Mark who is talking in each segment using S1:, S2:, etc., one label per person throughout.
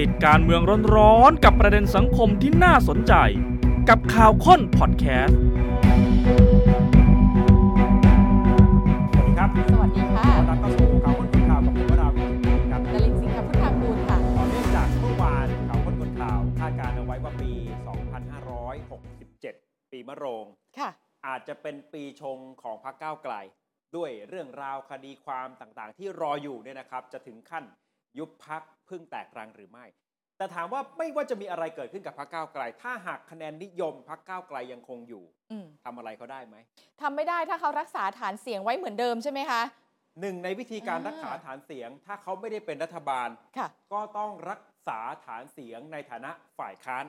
S1: ติดการเมืองร้อนๆกับประเด็นสังคมที่น่าสนใจ กับข่าวค้นพอดแคสต์
S2: สวัสดีครับ
S3: สวัสดีค่ะ
S2: ขอรับเข้าสู่ข่าวค้นคนข่าวกับผมวราวิทย์ครับ
S3: ดลินสิงห์ค่ะพุทธามูลค่ะ
S2: ต่อเนื่องจากเมื่อวานข่าวค้นคนข่าวคาดการณ์เอาไว้ว่าปี 2567 ปีมะโรง
S3: ค่ะ
S2: อาจจะเป็นปีชงของพรรคก้าวไกล ด้วยเรื่องราวคดีความต่างๆ ที่รออยู่เนี่ยนะครับ จะถึงขั้นยุบพักพึ่งแตกรังหรือไม่ แต่ถามว่าไม่ว่าจะมีอะไรเกิดขึ้นกับพรรคก้าวไกล ถ้าหากคะแนนนิยมพรรคก้าวไกลยังคงอยู่
S3: อืม
S2: ทำอะไรเขาได้ไหม
S3: ทำไม่ได้ถ้าเขารักษาฐานเสียงไว้เหมือนเดิมใช่ไหมคะ
S2: หนึ่งในวิธีการ
S3: อ่า
S2: รักษาฐานเสียง ถ้าเขาไม่ได้เป็นรัฐบาล
S3: ค่ะ
S2: ก็ต้องรักษาฐานเสียงในฐานะฝ่ายค้าน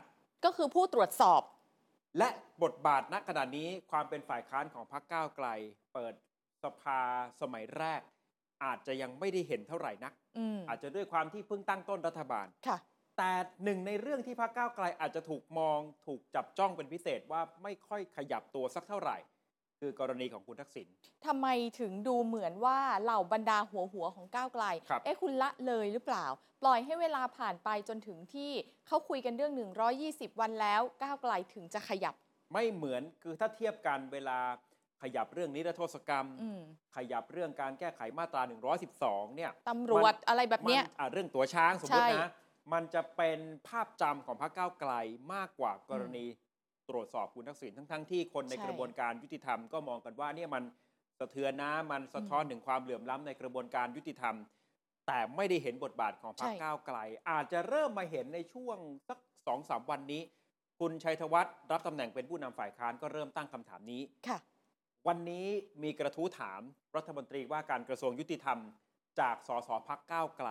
S3: ก็คือผู้ตรวจสอบ
S2: และบทบาทณขณะนี้ความเป็นฝ่ายค้านของพรรคก้าวไกล เปิดสภาสมัยแรก อาจจะยังไม่ได้เห็นเท่าไหร่นัก
S3: อืม
S2: อาจจะด้วยความที่เพิ่งตั้งต้นรัฐบาล
S3: ค่ะ
S2: แต่หนึ่งในเรื่องที่พรรคก้าวไกลอาจจะถูกมอง ถูกจับจ้องเป็นพิเศษว่าไม่ค่อยขยับตัวสักเท่าไหร่ คือกรณีของคุณทักษิณ
S3: ทำไมถึงดูเหมือนว่าเหล่าบรรดาหัวหัวของก้าวไกล
S2: ครับ
S3: เอ๊ะคุณละเลยหรือเปล่า ปล่อยให้เวลาผ่านไปจนถึงที่เขาคุยกันเรื่อง 120 วันแล้ว ก้าวไกลถึงจะขยับ
S2: ไม่เหมือนคือถ้าเทียบกันเวลาขยับเรื่องนิรโทษกรรม
S3: อืม
S2: ขยับเรื่องการแก้ไขมาตรา 112 เนี่ย
S3: ตำรวจอะไรแบบเนี้ย
S2: มันอ่ะเรื่องตัวช้างสมมติ
S3: ใช่
S2: นะ มันจะเป็นภาพจำของพรรคก้าวไกลมากกว่ากรณีตรวจสอบคุณทักษิณทั้งๆทที่คนในกระบวนการยุติธรรมก็มองกันว่าเนี่ยมันสะเทือนนะมันสะท้อนถึงความเหลื่อมล้ำในกระบวนการยุติธรรม แต่ไม่ได้เห็นบทบาทของพรรคก้าวไกล อาจจะเริ่มมาเห็นในช่วงสักสองสามวันนี้ คุณชัยธวัฒน์รับตำแหน่งเป็นผู้นำฝ่ายค้านก็เริ่มตั้งคำถามนี้
S3: ค่ะ
S2: วันนี้มีกระทู้ถามรัฐมนตรีว่าการกระทรวงยุติธรรม จากสสพักก้าวไกล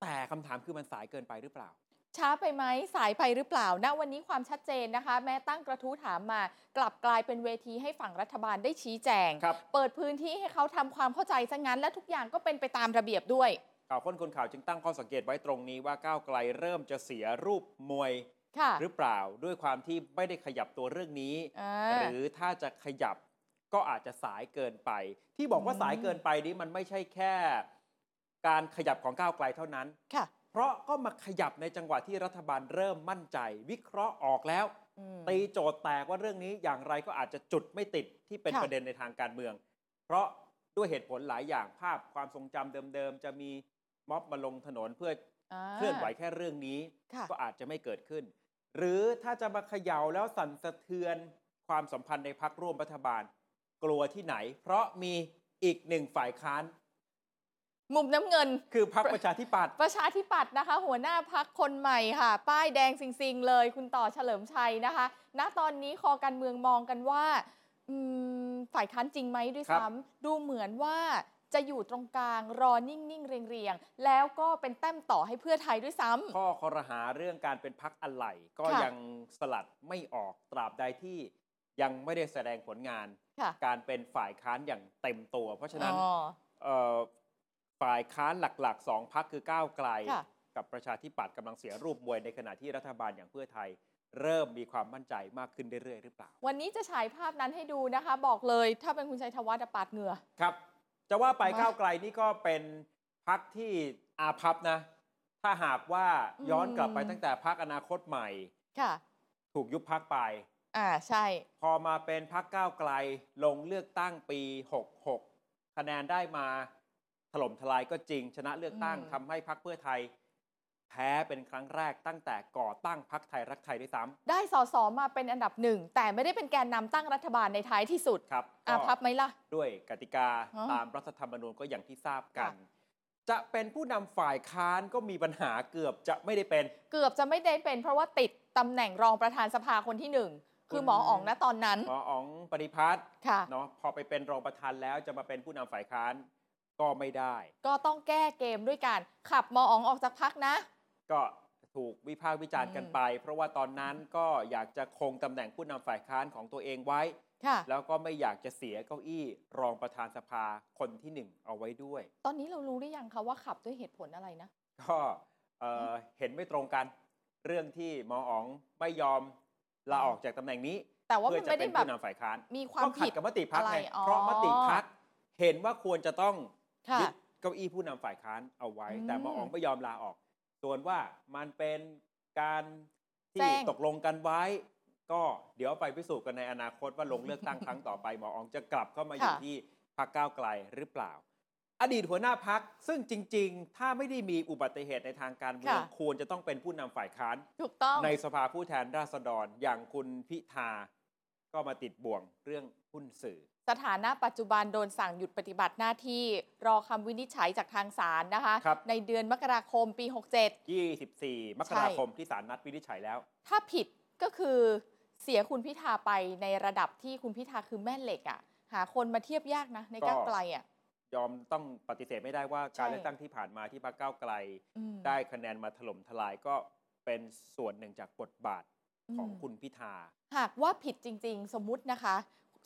S2: แต่คำถามคือมันสายเกินไปหรือเปล่า
S3: ช้าไปไหมสายไปหรือเปล่าณวันนี้ความชัดเจนนะคะ แม้ตั้งกระทู้ถามมา กลับกลายเป็นเวทีให้ฝั่งรัฐบาลได้ชี้แจง
S2: ครับ
S3: เปิดพื้นที่ให้เขาทำความเข้าใจซะงั้น และทุกอย่างก็เป็นไปตามระเบียบด้วย
S2: ข่าวค้นคนข่าวจึงตั้งข้อสังเกตไว้ตรงนี้ว่าก้าวไกลเริ่มจะเสียรูปมวย
S3: ค่ะ
S2: หรือเปล่า ด้วยความที่ไม่ได้ขยับตัวเรื่องนี้
S3: อ่า
S2: หรือถ้าจะขยับก็อาจจะสายเกินไป ที่บอกว่า
S3: อืม
S2: สายเกินไปนี้มันไม่ใช่แค่ การขยับของก้าวไกลเท่านั้น
S3: ค่ะ
S2: เพราะก็มาขยับในจังหวะที่รัฐบาลเริ่มมั่นใจ วิเคราะห์ออกแล้ว
S3: อืม
S2: ตีโจทย์แตกว่าเรื่องนี้อย่างไรก็อาจจะจุดไม่ติดที่เป็น
S3: ค่ะ
S2: ประเด็นในทางการเมือง เพราะด้วยเหตุผลหลายอย่างภาพความทรงจำเดิมๆ จะมีม็อบมาลงถนนเพื่อ
S3: อ่า
S2: เคลื่อนไหวแค่เรื่องนี้
S3: ค่ะ
S2: ก็อาจจะไม่เกิดขึ้น หรือถ้าจะมาเขย่าแล้วสั่นสะเทือนความสัมพันธ์ในพักร่วมรัฐบาล กลัวที่ไหน เพราะมีอีกหนึ่งฝ่ายค้าน
S3: มุมน้ำเงิน
S2: คือพรรคประชาธิปัตย์
S3: ประชาธิปัตย์นะคะ หัวหน้าพักคนใหม่ค่ะ ป้ายแดงซิงๆ เลย คุณต่อเฉลิมชัยนะคะ ณตอนนี้คอการเมืองมองกันว่าอืมฝ่ายค้านจริงไหมด้วยซ้ำดูเหมือนว่าจะอยู่ตรงกลางรอนิ่ง ๆ เรียง ๆ แล้วก็เป็นแต้มต่อให้เพื่อไทยด้วยซ้
S2: ข้อคอรหาเรื่องการเป็นพักอะไรก็
S3: ค่ะ
S2: ยังสลัดไม่ออกตราบใดที่ยังไม่ได้แสดงผลงาน
S3: ำค่ะ
S2: การเป็นฝ่ายค้านอย่างเต็มตัว เพราะฉะนั้น
S3: อ๋อ
S2: เอ่อฝ่ายค้านหลักๆสองพักคือก้าวไกล
S3: ค่ะ
S2: กับประชาธิปัตย์กำลังเสียรูปมวยในขณะที่รัฐบาลอย่างเพื่อไทย เริ่มมีความมั่นใจมากขึ้นเรื่อยๆหรือเปล่า
S3: วันนี้จะฉายภาพนั้นให้ดูนะคะ บอกเลยถ้าเป็นคุณชัยธวัฒน์อะปาดเหงื่อ
S2: ครับ จะว่าไป
S3: มา
S2: ก้าวไกลนี่ก็เป็นพักที่อาพับนะ ถ้าหากว่าย้อน
S3: อืม
S2: กลับไปตั้งแต่พักอนาคตใหม่
S3: ค่ะ
S2: ถูกยุบพักไป
S3: อ่าใช่
S2: พอมาเป็นพักก้าวไกลลงเลือกตั้งปี 66 คะแนนได้มาถล่มทลายก็จริง ชนะเลือกตั้ง
S3: อืม
S2: ทำให้พักเพื่อไทย แพ้เป็นครั้งแรกตั้งแต่ก่อตั้งพักไทยรักไทยด้วยซ้
S3: ได้สอสอมาเป็นอันดับหนึ่งแต่ไม่ได้เป็นแกนนำตั้งรัฐบาลในท้ายที่สุด
S2: ำครับ
S3: อา
S2: ก็
S3: พับไหมล่ะ
S2: ด้วยกติกา
S3: อ๋อ
S2: ตามรัฐธรรมนูญก็อย่างที่ทราบกัน
S3: ค่ะ
S2: จะเป็นผู้นำฝ่ายค้านก็มีปัญหาเกือบจะไม่ได้เป็น
S3: เกือบจะไม่ได้เป็นเพราะว่าติดตำแหน่งรองประธานสภาคนที่หนึ่งคือหมออ๋องนะตอนนั้น
S2: หมออ๋องปฏิพัฒน์
S3: ค่ะ
S2: เนาะพอไปเป็นรองประธานแล้วจะมาเป็นผู้นำฝ่ายค้านก็ไม่ได้
S3: ก็ต้องแก้เกมด้วยการขับหมออ๋องออกจากพักนะ
S2: ก็ถูกวิพากษ์วิจารณ์กันไป เพราะว่าตอนนั้นก็อยากจะคงตำแหน่งผู้นำฝ่ายค้านของตัวเองไว้
S3: ค่ะ
S2: แล้วก็ไม่อยากจะเสียเก้าอี้รองประธานสภาคนที่หนึ่งเอาไว้ด้วย
S3: ตอนนี้เรารู้หรือยังคะว่าขับด้วยเหตุผลอะไรนะ
S2: ก็เอ่อเห็นไม่ตรงกัน เรื่องที่หมออ๋องไม่ยอมลาออกจากตำแหน่งนี้
S3: แต่ว่า
S2: เพื่
S3: มั
S2: อน จะ
S3: ไม่
S2: เป็
S3: ได้
S2: น
S3: แบบ
S2: ผู้นำฝ่ายค้าน
S3: มีความ
S2: ก็ขั
S3: ผิ
S2: ด
S3: ด
S2: กับมติพัก
S3: อะไร
S2: ไง
S3: อ๋อ
S2: เพราะมติพักเห็นว่าควรจะต้อง
S3: ค่ะ
S2: ยึดเก้าอี้ผู้นำฝ่ายค้านเอาไว้ แต่หมออ๋องไม่ยอมลาออก ส่วนว่ามันเป็นการ
S3: แจ้
S2: ที่
S3: ง
S2: ตกลงกันไว้ ก็เดี๋ยวไปพิสูจน์กันในอนาคตว่าลงเลือกตั้งครั้งต่อไปหมออองจะกลับเข้ามาอยู่ที่พรรคก้าวไกลหรือเปล่า อดีตหัวหน้าพักซึ่งจริง ๆ ถ้าไม่ได้มีอุบัติเหตุในทางการเมือง
S3: ค่ะ
S2: ควรจะต้องเป็นผู้นำฝ่ายค้าน
S3: ถูกต้อง
S2: ในสภาผู้แทนราษฎรอย่างคุณพิธาก็มาติดบ่วงเรื่องหุ้นสื่อ
S3: สถานะปัจจุบันโดนสั่งหยุดปฏิบัติหน้าที่รอคำวินิจฉัยจากทางศาลนะคะ
S2: ครับ
S3: ในเดือนมกราคมปี 67
S2: 24 มกราคมที่ศาลนัดวินิจฉัยแล้ว
S3: ถ้าผิดก็คือเสียคุณพิธาไปในระดับที่คุณพิธาคือแม่เหล็กอะ่ะ หาคนมาเทียบยากนะ ใน
S2: ก็
S3: ก้าวไกลอะ่ะ
S2: ยอมต้องปฏิเสธไม่ได้ว่าการ
S3: ใช่
S2: เลือกตั้งที่ผ่านมาที่พรรคก้าวไกล
S3: อืม
S2: ได้คะแนนมาถล่มทลายก็เป็นส่วนหนึ่งจากบทบาทของ
S3: ม
S2: คุณพิธา
S3: หากว่าผิดจริง ๆ สมมุตินะคะ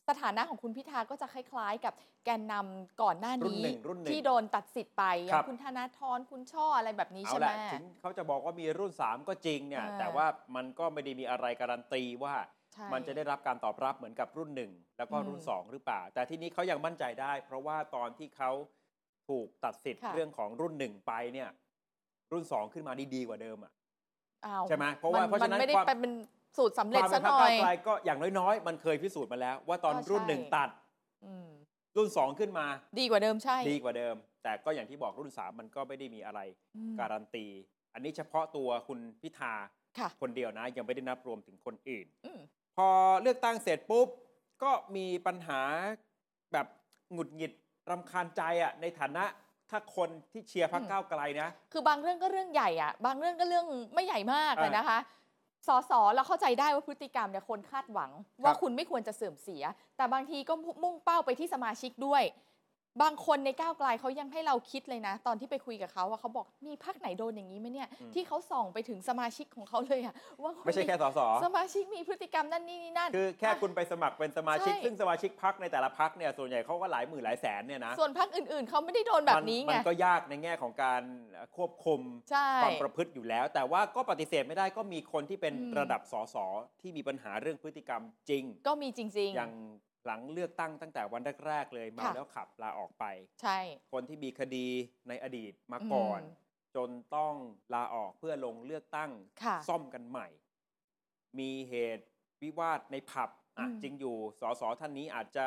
S3: สถานะของคุณพิธาก็จะคล้าย ๆ กับแกนนำก่อนหน้า
S2: รุ่น
S3: นี้
S2: หนึ่งรุ่นหนึ่ง
S3: ที่โดนตัดสิทธิ์ไปอย่า
S2: ครั
S3: ง
S2: บ
S3: คุณธนาธรคุณช่ออะไรแบบนี้
S2: เอา
S3: ใช่ไหม
S2: ละถึงเขาจะบอกว่ามีรุ่น 3 ก็จริงเนี่ย
S3: อ่า
S2: แต่ว่ามันก็ไม่ได้มีอะไรการันตีว่า
S3: ใช่
S2: มันจะได้รับการตอบรับเหมือนกับรุ่นหนึ่งแล้วก็รุ่น
S3: อืม
S2: สองหรือเปล่า แต่ที่นี้เขายังมั่นใจได้ เพราะว่าตอนที่เขาถูกตัดสิทธิ์
S3: ค่ะ
S2: เรื่องของรุ่นหนึ่งไปเนี่ย รุ่นสองขึ้นมาดีดีกว่าเดิมอ่ะ
S3: อ้าว
S2: ใช่ไหมเพราะว่ามเพราะฉะ
S3: มั
S2: นั้น
S3: ไม่ได้
S2: ความ
S3: ไปเป็นสูตรสำ
S2: ค
S3: เร็จ
S2: วามเป็
S3: ซะ
S2: น
S3: ห
S2: พรรค
S3: น่อ
S2: ก้าวย ไกลก็อย่างน้อยๆ มันเคยพิสูจน์มาแล้ว ว่าตอน
S3: ก็ใช่
S2: รุ่นหนึ่งตัด
S3: อืม
S2: รุ่นสองขึ้นมา
S3: ดีกว่าเดิมใช่
S2: ดีกว่าเดิม แต่ก็อย่างที่บอกรุ่นสามมันก็ไม่ได้มีอะไร
S3: อืม
S2: การันตี อันนี้เฉพาะตัวคุณพิธา
S3: ค่ะ
S2: คนเดียวนะ ยังไม่ได้นับรวมถึงคนอื่น
S3: อืม
S2: พอเลือกตั้งเสร็จปุ๊บ ก็มีปัญหาแบบหงุดหงิดรำคาญใจอ่ะในฐานะถ้าคนที่เชียร์พรรคก้าวไกลนะ
S3: คือบางเรื่องก็เรื่องใหญ่อะบางเรื่องก็เรื่องไม่ใหญ่มากอะ
S2: อ่าน
S3: นะคะสอสอเราเข้าใจได้ว่าพฤติกรรมเนี่ยคนคาดหวัง
S2: ครับ
S3: ว่าคุณไม่ควรจะเสื่อมเสีย แต่บางทีก็มุ่งเป้าไปที่สมาชิกด้วย บางคนในก้าวไกลเขายังให้เราคิดเลยนะ ตอนที่ไปคุยกับเขาว่าเขาบอกมีพักไหนโดนอย่างนี้ไหมเนี่ย
S2: อืม
S3: ที่เขาส่องไปถึงสมาชิกของเขาเลยอะว่า
S2: ไม่ใช่แค่สส
S3: สมาชิกมีพฤติกรรมนั่นนี่นี่นั่น
S2: คือแค่คุณไปสมัครเป็นสมาชิก
S3: ใช่
S2: ซึ่งสมาชิกพักในแต่ละพักเนี่ยส่วนใหญ่เขาก็หลายหมื่นหลายแสนเนี่ยนะ
S3: ส่วนพักอื่นๆเขาไม่ได้โดนแบบนี้
S2: มั
S3: ไง
S2: ก็ยากในแง่ของการควบคุม
S3: ใช่
S2: ความประพฤติอยู่แล้ว แต่ว่าก็ปฏิเสธไม่ได้ก็มีคนที่เป็น
S3: อืม
S2: ระดับสสที่มีปัญหาเรื่องพฤติกรรมจริง
S3: ก็มีจริง
S2: อย่างหลังเลือกตั้งตั้งแต่วันแรกๆเลยเมา
S3: ค่ะ
S2: แล้วขับลาออกไป
S3: ๆ ใช่
S2: คนที่มีคดีในอดีตมาก่อน
S3: อืม
S2: จนต้องลาออกเพื่อลงเลือกตั้ง
S3: ค่ะ
S2: ซ่อมกันใหม่ มีเหตุวิวาทในผับอ่ะ
S3: อืม
S2: จริงอยู่สสท่านนี้อาจจะ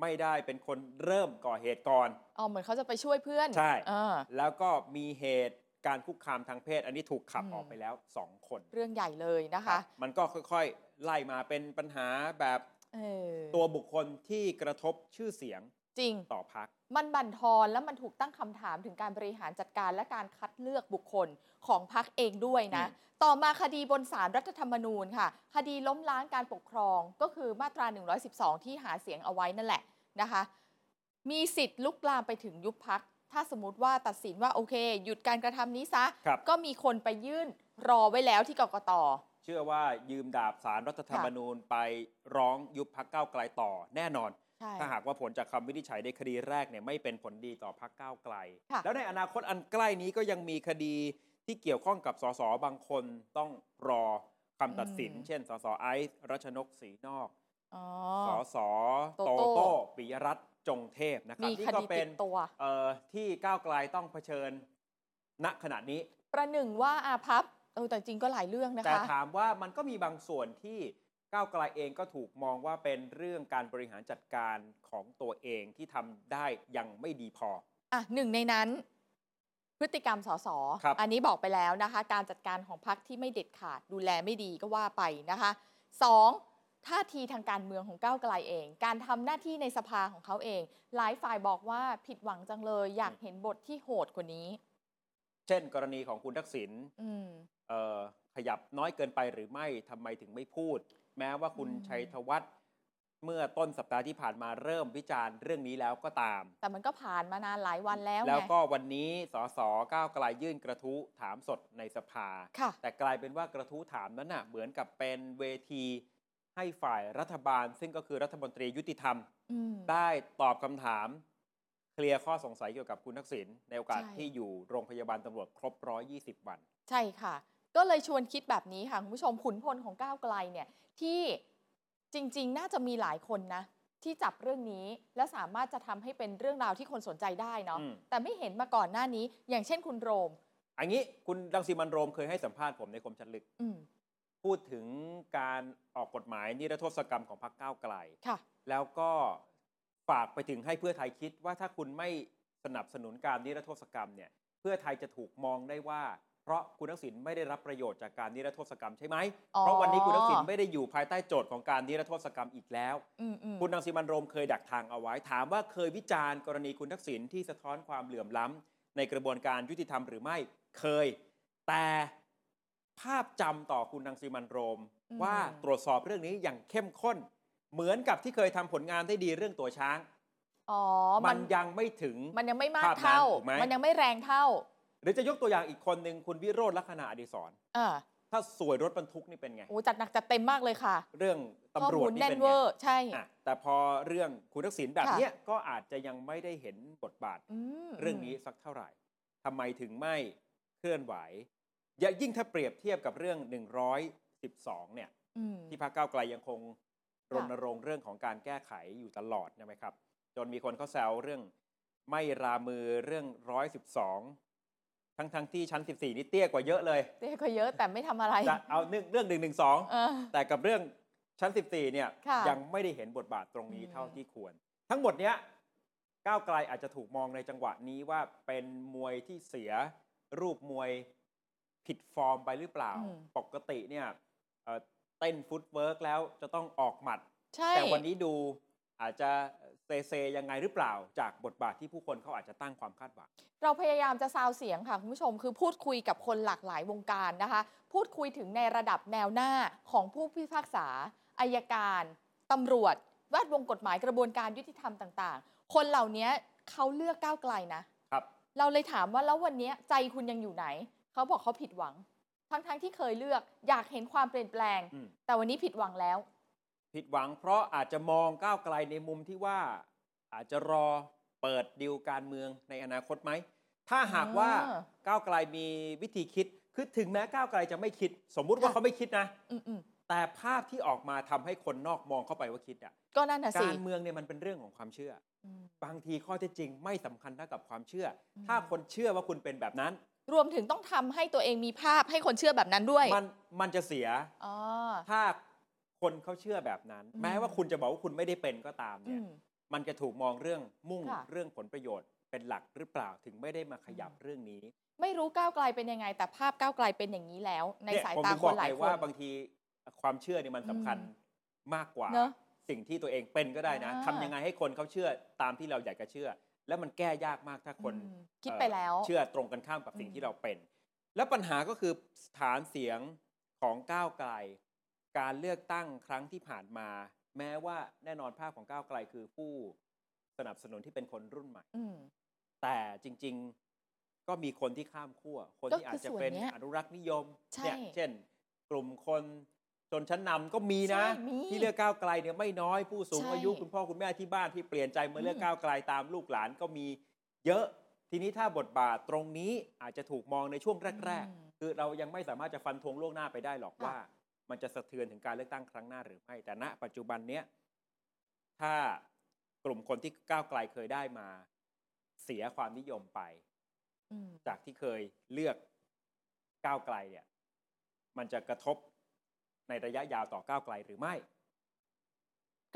S2: ไม่ได้เป็นคนเริ่มก่อเหตุก่อน
S3: อ๋อเหมือนเขาจะไปช่วยเพื่อน
S2: ใช่
S3: เออ
S2: แล้วก็มีเหตุการคุกคามทางเพศ อันนี้ถูกขับ
S3: อืม
S2: ออกไปแล้วสองคน
S3: เรื่องใหญ่เลยนะ
S2: ครั
S3: คะ
S2: บมันก็ค่อยๆ ไล่มาเป็นปัญหาแบบ
S3: เออ
S2: ตัวบุคคลที่กระทบชื่อเสียง
S3: จริง
S2: ต่อพัก
S3: มันบั่นทอนและมันถูกตั้งคำถามถึงการบริหารจัดการและการคัดเลือกบุคคลของพรรคเองด้วยนะ
S2: อืม
S3: ต่อมาคดีบนศาลรรัฐธรรมนูญค่ะ คดีล้มล้างการปกครองก็คือมาตรา 112 ที่หาเสียงเอาไว้นั่นแหละนะคะ มีสิทธิ์ลุกลามไปถึงยุบพัก ถ้าสมมติว่าตัดสินว่าโอเค หยุดการกระทำนี้ซะ
S2: ครับ
S3: ก็มีคนไปยื่นรอไว้แล้วที่กกต
S2: เชื่อว่ายืมดาบสารรัฐธรรมนูญไปร้องยุบพักก้าวไกลต่อแน่นอน
S3: ใช่
S2: ถ้าหากว่าผลจากคำวินิจฉัยในคดีแรกเนี่ยไม่เป็นผลดีต่อพักก้าวไกล
S3: ค่ะ
S2: แล้วในอนาคตอันใกล้นี้ก็ยังมีคดีที่เกี่ยวข้องกับสสบางคนต้องรอคำตัดสิน เช่นสสไอซ์รัชนกศรีนอก
S3: อ๋อ
S2: สส
S3: โต
S2: โต
S3: โต้
S2: โต้ปิยรัตน์จงเทพนะครับ
S3: มี
S2: นี่
S3: ค
S2: ก็
S3: ดี
S2: เป็
S3: ติ
S2: น
S3: ดตัว
S2: เอ่อที่ก้าวไกลต้องเผชิญณขณะนี้
S3: ประหนึ่งว่าอาพับเออแต่จริงก็หลายเรื่องนะ
S2: แต่
S3: คะ
S2: ถามว่ามันก็มีบางส่วนที่ก้าวไกลเองก็ถูกมองว่าเป็นเรื่องการบริหารจัดการของตัวเองที่ทำได้ยังไม่ดีพอ
S3: อ่ะหนึ่งในนั้น พฤติกรรมสส
S2: ครับ
S3: อันนี้บอกไปแล้วนะคะ การจัดการของพักที่ไม่เด็ดขาดดูแลไม่ดีก็ว่าไปนะคะสองท่าทีทางการเมืองของก้าวไกลเอง การทำหน้าที่ในสภาของเขาเอง หลายฝ่ายบอกว่าผิดหวังจังเลย อยากเห็นบทที่โหดกว่านี้
S2: เช่น กรณีของคุณทักษิณ
S3: อืม
S2: เอ่อขยับน้อยเกินไปหรือไม่ทำไมถึงไม่พูด แม้ว่าคุณ
S3: อืม
S2: ชัยธวัฒน์เมื่อต้นสัปดาห์ที่ผ่านมาเริ่มวิจารณ์เรื่องนี้แล้วก็ตาม
S3: แต่มันก็ผ่านมานานหลายวันแล้ว
S2: แล้ว
S3: ไง
S2: ก็วันนี้สสก้าวไกลยื่นกระทู้ถามสดในสภา
S3: ค่ะ
S2: แต่กลายเป็นว่ากระทู้ถามนั้นน่ะเหมือนกับเป็นเวทีให้ฝ่ายรัฐบาล ซึ่งก็คือรัฐมนตรียุติธรรม
S3: อืม
S2: ได้ตอบคำถาม เคลียร์ข้อสงสัยเกี่ยวกับคุณทักษิณในโอกาส
S3: ใช่
S2: ที่อยู่โรงพยาบาลตำรวจครบ 120 วัน
S3: ใช่ค่ะ ก็เลยชวนคิดแบบนี้ค่ะ คุณผู้ชมขุนพลของก้าวไกลเนี่ยที่จริง ๆ น่าจะมีหลายคนนะ ที่จับเรื่องนี้และสามารถจะทำให้เป็นเรื่องราวที่คนสนใจได้เนาะ
S2: อืม
S3: แต่ไม่เห็นมาก่อนหน้านี้ อย่างเช่นคุณโรม
S2: อันนี้คุณรังสีมันโรมเคยให้สัมภาษณ์ผมในคมชัดลึก
S3: อืม
S2: พูดถึงการออกกฎหมายนิรโทษกรรมของพรรคก้าวไกล
S3: ค่ะ
S2: แล้วก็ฝากไปถึงให้เพื่อไทยคิดว่าถ้าคุณไม่สนับสนุนการนิรโทษกรรมเนี่ยเพื่อไทยจะถูกมองได้ว่า เพราะคุณทักษิณไม่ได้รับประโยชน์จากการนิรโทษกรรมใช่ไหม
S3: อ๋อ
S2: เพราะวันนี้คุณทักษิณไม่ได้อยู่ภายใต้โจทย์ของการนิรโทษกรรมอีกแล้ว
S3: อืมอืม
S2: คุณรังสีมันโรมเคยดักทางเอาไว้ ถามว่าเคยวิจารณ์กรณีคุณทักษิณที่สะท้อนความเหลื่อมล้ำในกระบวนการยุติธรรมหรือไม่เคย แต่ภาพจำต่อคุณรังสีมันโรม ว่าตรวจสอบเรื่องนี้อย่างเข้มข้น เหมือนกับที่เคยทำผลงานได้ดีเรื่องตัวช้าง
S3: อ๋อมั
S2: มัน นยังไม่ถึง
S3: มันยังไม่มาก
S2: ภาพนั้น
S3: เท่า
S2: ถูกไหม
S3: มันยังไม่แรงเท่า
S2: หรือจะยกตัวอย่างอีกคนหนึ่งคุณวิโรธลักษณะอดิศร
S3: อ่า
S2: ถ้าสวยรถบรรทุกนี่เป็นไง
S3: โอ้จัดหนักจัดเต็มมากเลยค่ะ
S2: เรื่องตำ
S3: ข้อ
S2: รว
S3: มู
S2: จ
S3: ล
S2: นี่
S3: แน่น
S2: เป็น
S3: เว
S2: ไง
S3: อร์ใช่
S2: อ่ะแต่พอเรื่องคุณทักษิณแบบเนี้ยก็อาจจะยังไม่ได้เห็นบทบาท
S3: อืม
S2: เรื่องนี้สักเท่าไหร่ ทำไมถึงไม่เคลื่อนไหวอย่ายิ่งถ้าเปรียบเทียบกับเรื่อง 112 เนี่ย
S3: อืม
S2: ที่พรรคก้าวไกลยังคง
S3: ค่ะ
S2: รณรงค์เรื่องของการแก้ไขอยู่ตลอดใช่ไหมครับ จนมีคนเขาแซวเรื่องไม่รามือเรื่อง 112 ทั้งทั้งๆที่ชั้น 14 นี่เตี้ยกว่าเยอะเลย
S3: เรียกก็เยอะแต่ไม่ทำอะไร
S2: จะเอาเรื่องเรื่อง
S3: เอ
S2: 112
S3: อ
S2: แต่กับเรื่องชั้น 14 เนี่ย
S3: ค่ะ
S2: ยังไม่ได้เห็นบทบาทตรงนี้
S3: อืม
S2: เท่าที่ควร ทั้งหมดเนี้ยก้าวไกลอาจจะถูกมองในจังหวะนี้ว่าเป็นมวยที่เสียรูปมวยผิดฟอร์มไปหรือเปล่า
S3: อืม
S2: ปกติเนี่ยเอ่อเต้นฟุตเวิร์กแล้วจะต้องออกหมัด
S3: ใช่
S2: แต่วันนี้ดูอาจจะเซเซยังไงหรือเปล่า จากบทบาทที่ผู้คนเขาอาจจะตั้งความคาดหวัง
S3: เราพยายามจะซาวเสียงค่ะคุณผู้ชมคือพูดคุยกับคนหลากหลายวงการนะคะ พูดคุยถึงในระดับแนวหน้าของผู้พิพากษาอายการตำรวจแวดวงกฎหมายกระบวนการยุติธรรมต่างๆ คนเหล่านี้เขาเลือกก้าวไกลนะ
S2: ครับ
S3: เราเลยถามว่าแล้ววันนี้ใจคุณยังอยู่ไหน เขาบอกเขาผิดหวัง ทั้งๆที่เคยเลือกอยากเห็นความเปลี่ยนแปลง
S2: อืม
S3: แต่วันนี้ผิดหวังแล้ว
S2: ผิดหวังเพราะอาจจะมองก้าวไกลในมุมที่ว่า อาจจะรอเปิดดีลการเมืองในอนาคตไหม ถ้าหากว่า
S3: อ่า
S2: ก้าวไกลมีวิธีคิด คือถึงแม้ก้าวไกลจะไม่คิด สมมุติว่า
S3: ค่ะ
S2: เขาไม่คิดนะ
S3: อืม
S2: แต่ภาพที่ออกมาทำให้คนนอกมองเข้าไปว่าคิดอ่ะ
S3: ๆก็นั่นน่ะสิ
S2: การเมืองเนี่ยมันเป็นเรื่องของความเชื่อ
S3: อืม
S2: บางทีข้อเท็จจริงไม่สำคัญเท่ากับความเชื่ออ
S3: ม
S2: ถ้าคนเชื่อว่าคุณเป็นแบบนั้น
S3: รวมถึงต้องทำให้ตัวเองมีภาพให้คนเชื่อแบบนั้นด้วย
S2: มันมันจะเสีย
S3: อ๋อ
S2: ถ้าคนเขาเชื่อแบบนั้น
S3: อืม
S2: แม้ว่าคุณจะบอกว่าคุณไม่ได้เป็นก็ตาม
S3: อื
S2: เนี่ย
S3: ม
S2: มันจะถูกมองเรื่องมุ่ง
S3: ค่ะ
S2: เรื่องผลประโยชน์เป็นหลักหรือเปล่าถึงไม่ได้มาขยับเรื่องนี้
S3: ไม่รู้ก้าวไกลเป็นยังไง แต่ภาพก้าวไกลเป็นอย่างนี้แล้ว ใน
S2: เนี่
S3: สาย
S2: ผม
S3: ตา
S2: ถึง
S3: ค
S2: บอน ก
S3: หลาย
S2: ไง
S3: คน
S2: ว่าบางทีความเชื่อเนี่ยมันสำคัญมากกว่า
S3: เนอะ
S2: สิ่งที่ตัวเองเป็นก็ได้นะ
S3: อ่า
S2: ทำยังไงให้คนเขาเชื่อตามที่เราอยากจะเชื่อ แล้วมันแก้ยากมากถ้าคน
S3: อืมคิดไปแล้ว
S2: เชื่อตรงกันข้ามกับสิ่ง
S3: อืม
S2: ที่เราเป็น และปัญหาก็คือฐานเสียงของก้าวไกล การเลือกตั้งครั้งที่ผ่านมา แม้ว่าแน่นอนภาพของก้าวไกลคือผู้สนับสนุนที่เป็นคนรุ่นใหม่
S3: ม
S2: แต่จริง ๆ ก็มีคนที่ข้ามขั้ว คนที่
S3: ก็
S2: อา
S3: คือ
S2: จจะเป็น
S3: ส่วนเนี้ย
S2: อนุรักษ์นิยม
S3: ใช่
S2: เนี่ยเช่น กลุ่มคนชนชั้นนำก็มีนะ
S3: ใช่มี
S2: ที่เลือกก้าวไกลเนี่ยไม่น้อยผู้สูง
S3: ใช่
S2: อายุคุณพ่อคุณแม่ที่บ้านที่เปลี่ยนใจมาเลือก
S3: อืม
S2: ก้าวไกลตามลูกหลานก็มีเยอะ ทีนี้ถ้าบทบาทตรงนี้อาจจะถูกมองในช่วงแรก
S3: อืม
S2: ๆ คือเรายังไม่สามารถจะฟันธงล่วงหน้าไปได้หรอก
S3: ค่ะ
S2: ว่า มันจะสะเทือนถึงการเลือกตั้งครั้งหน้าหรือไม่ แต่ณ ปัจจุบันเนี้ยถ้ากลุ่มคนที่ก้าวไกลเคยได้มา เสียความนิยมไป
S3: อืม
S2: จากที่เคยเลือกก้าวไกลเนี่ย มันจะกระทบในระยะยาวต่อก้าวไกลหรือไม่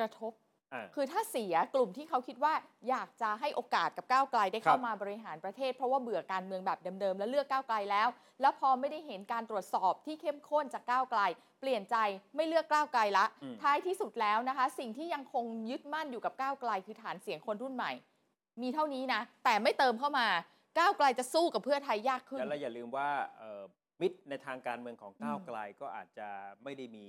S3: กระทบ
S2: อ่า
S3: คือถ้าเสียกลุ่มที่เขาคิดว่าอยากจะให้โอกาสกับก้าวไกลได้
S2: ครั
S3: เข้า
S2: บ
S3: มาบริหารประเทศ เพราะว่าเบื่อการเมืองแบบเดิมๆ แล้วเลือกก้าวไกลแล้ว แล้วพอไม่ได้เห็นการตรวจสอบที่เข้มข้นจากก้าวไกล เปลี่ยนใจไม่เลือกก้าวไกลละ
S2: อืม
S3: ท้ายที่สุดแล้วนะคะ สิ่งที่ยังคงยึดมั่นอยู่กับก้าวไกลคือฐานเสียงคนรุ่นใหม่ มีเท่านี้นะ แต่ไม่เติมเข้ามาก้าวไกลจะสู้กับเพื่อไทยยากขึ้น
S2: แล้วอย่าลืมว่าเอ่อมิตรในทางการเมืองของก้าวไกลก็อาจจะไม่ได้มี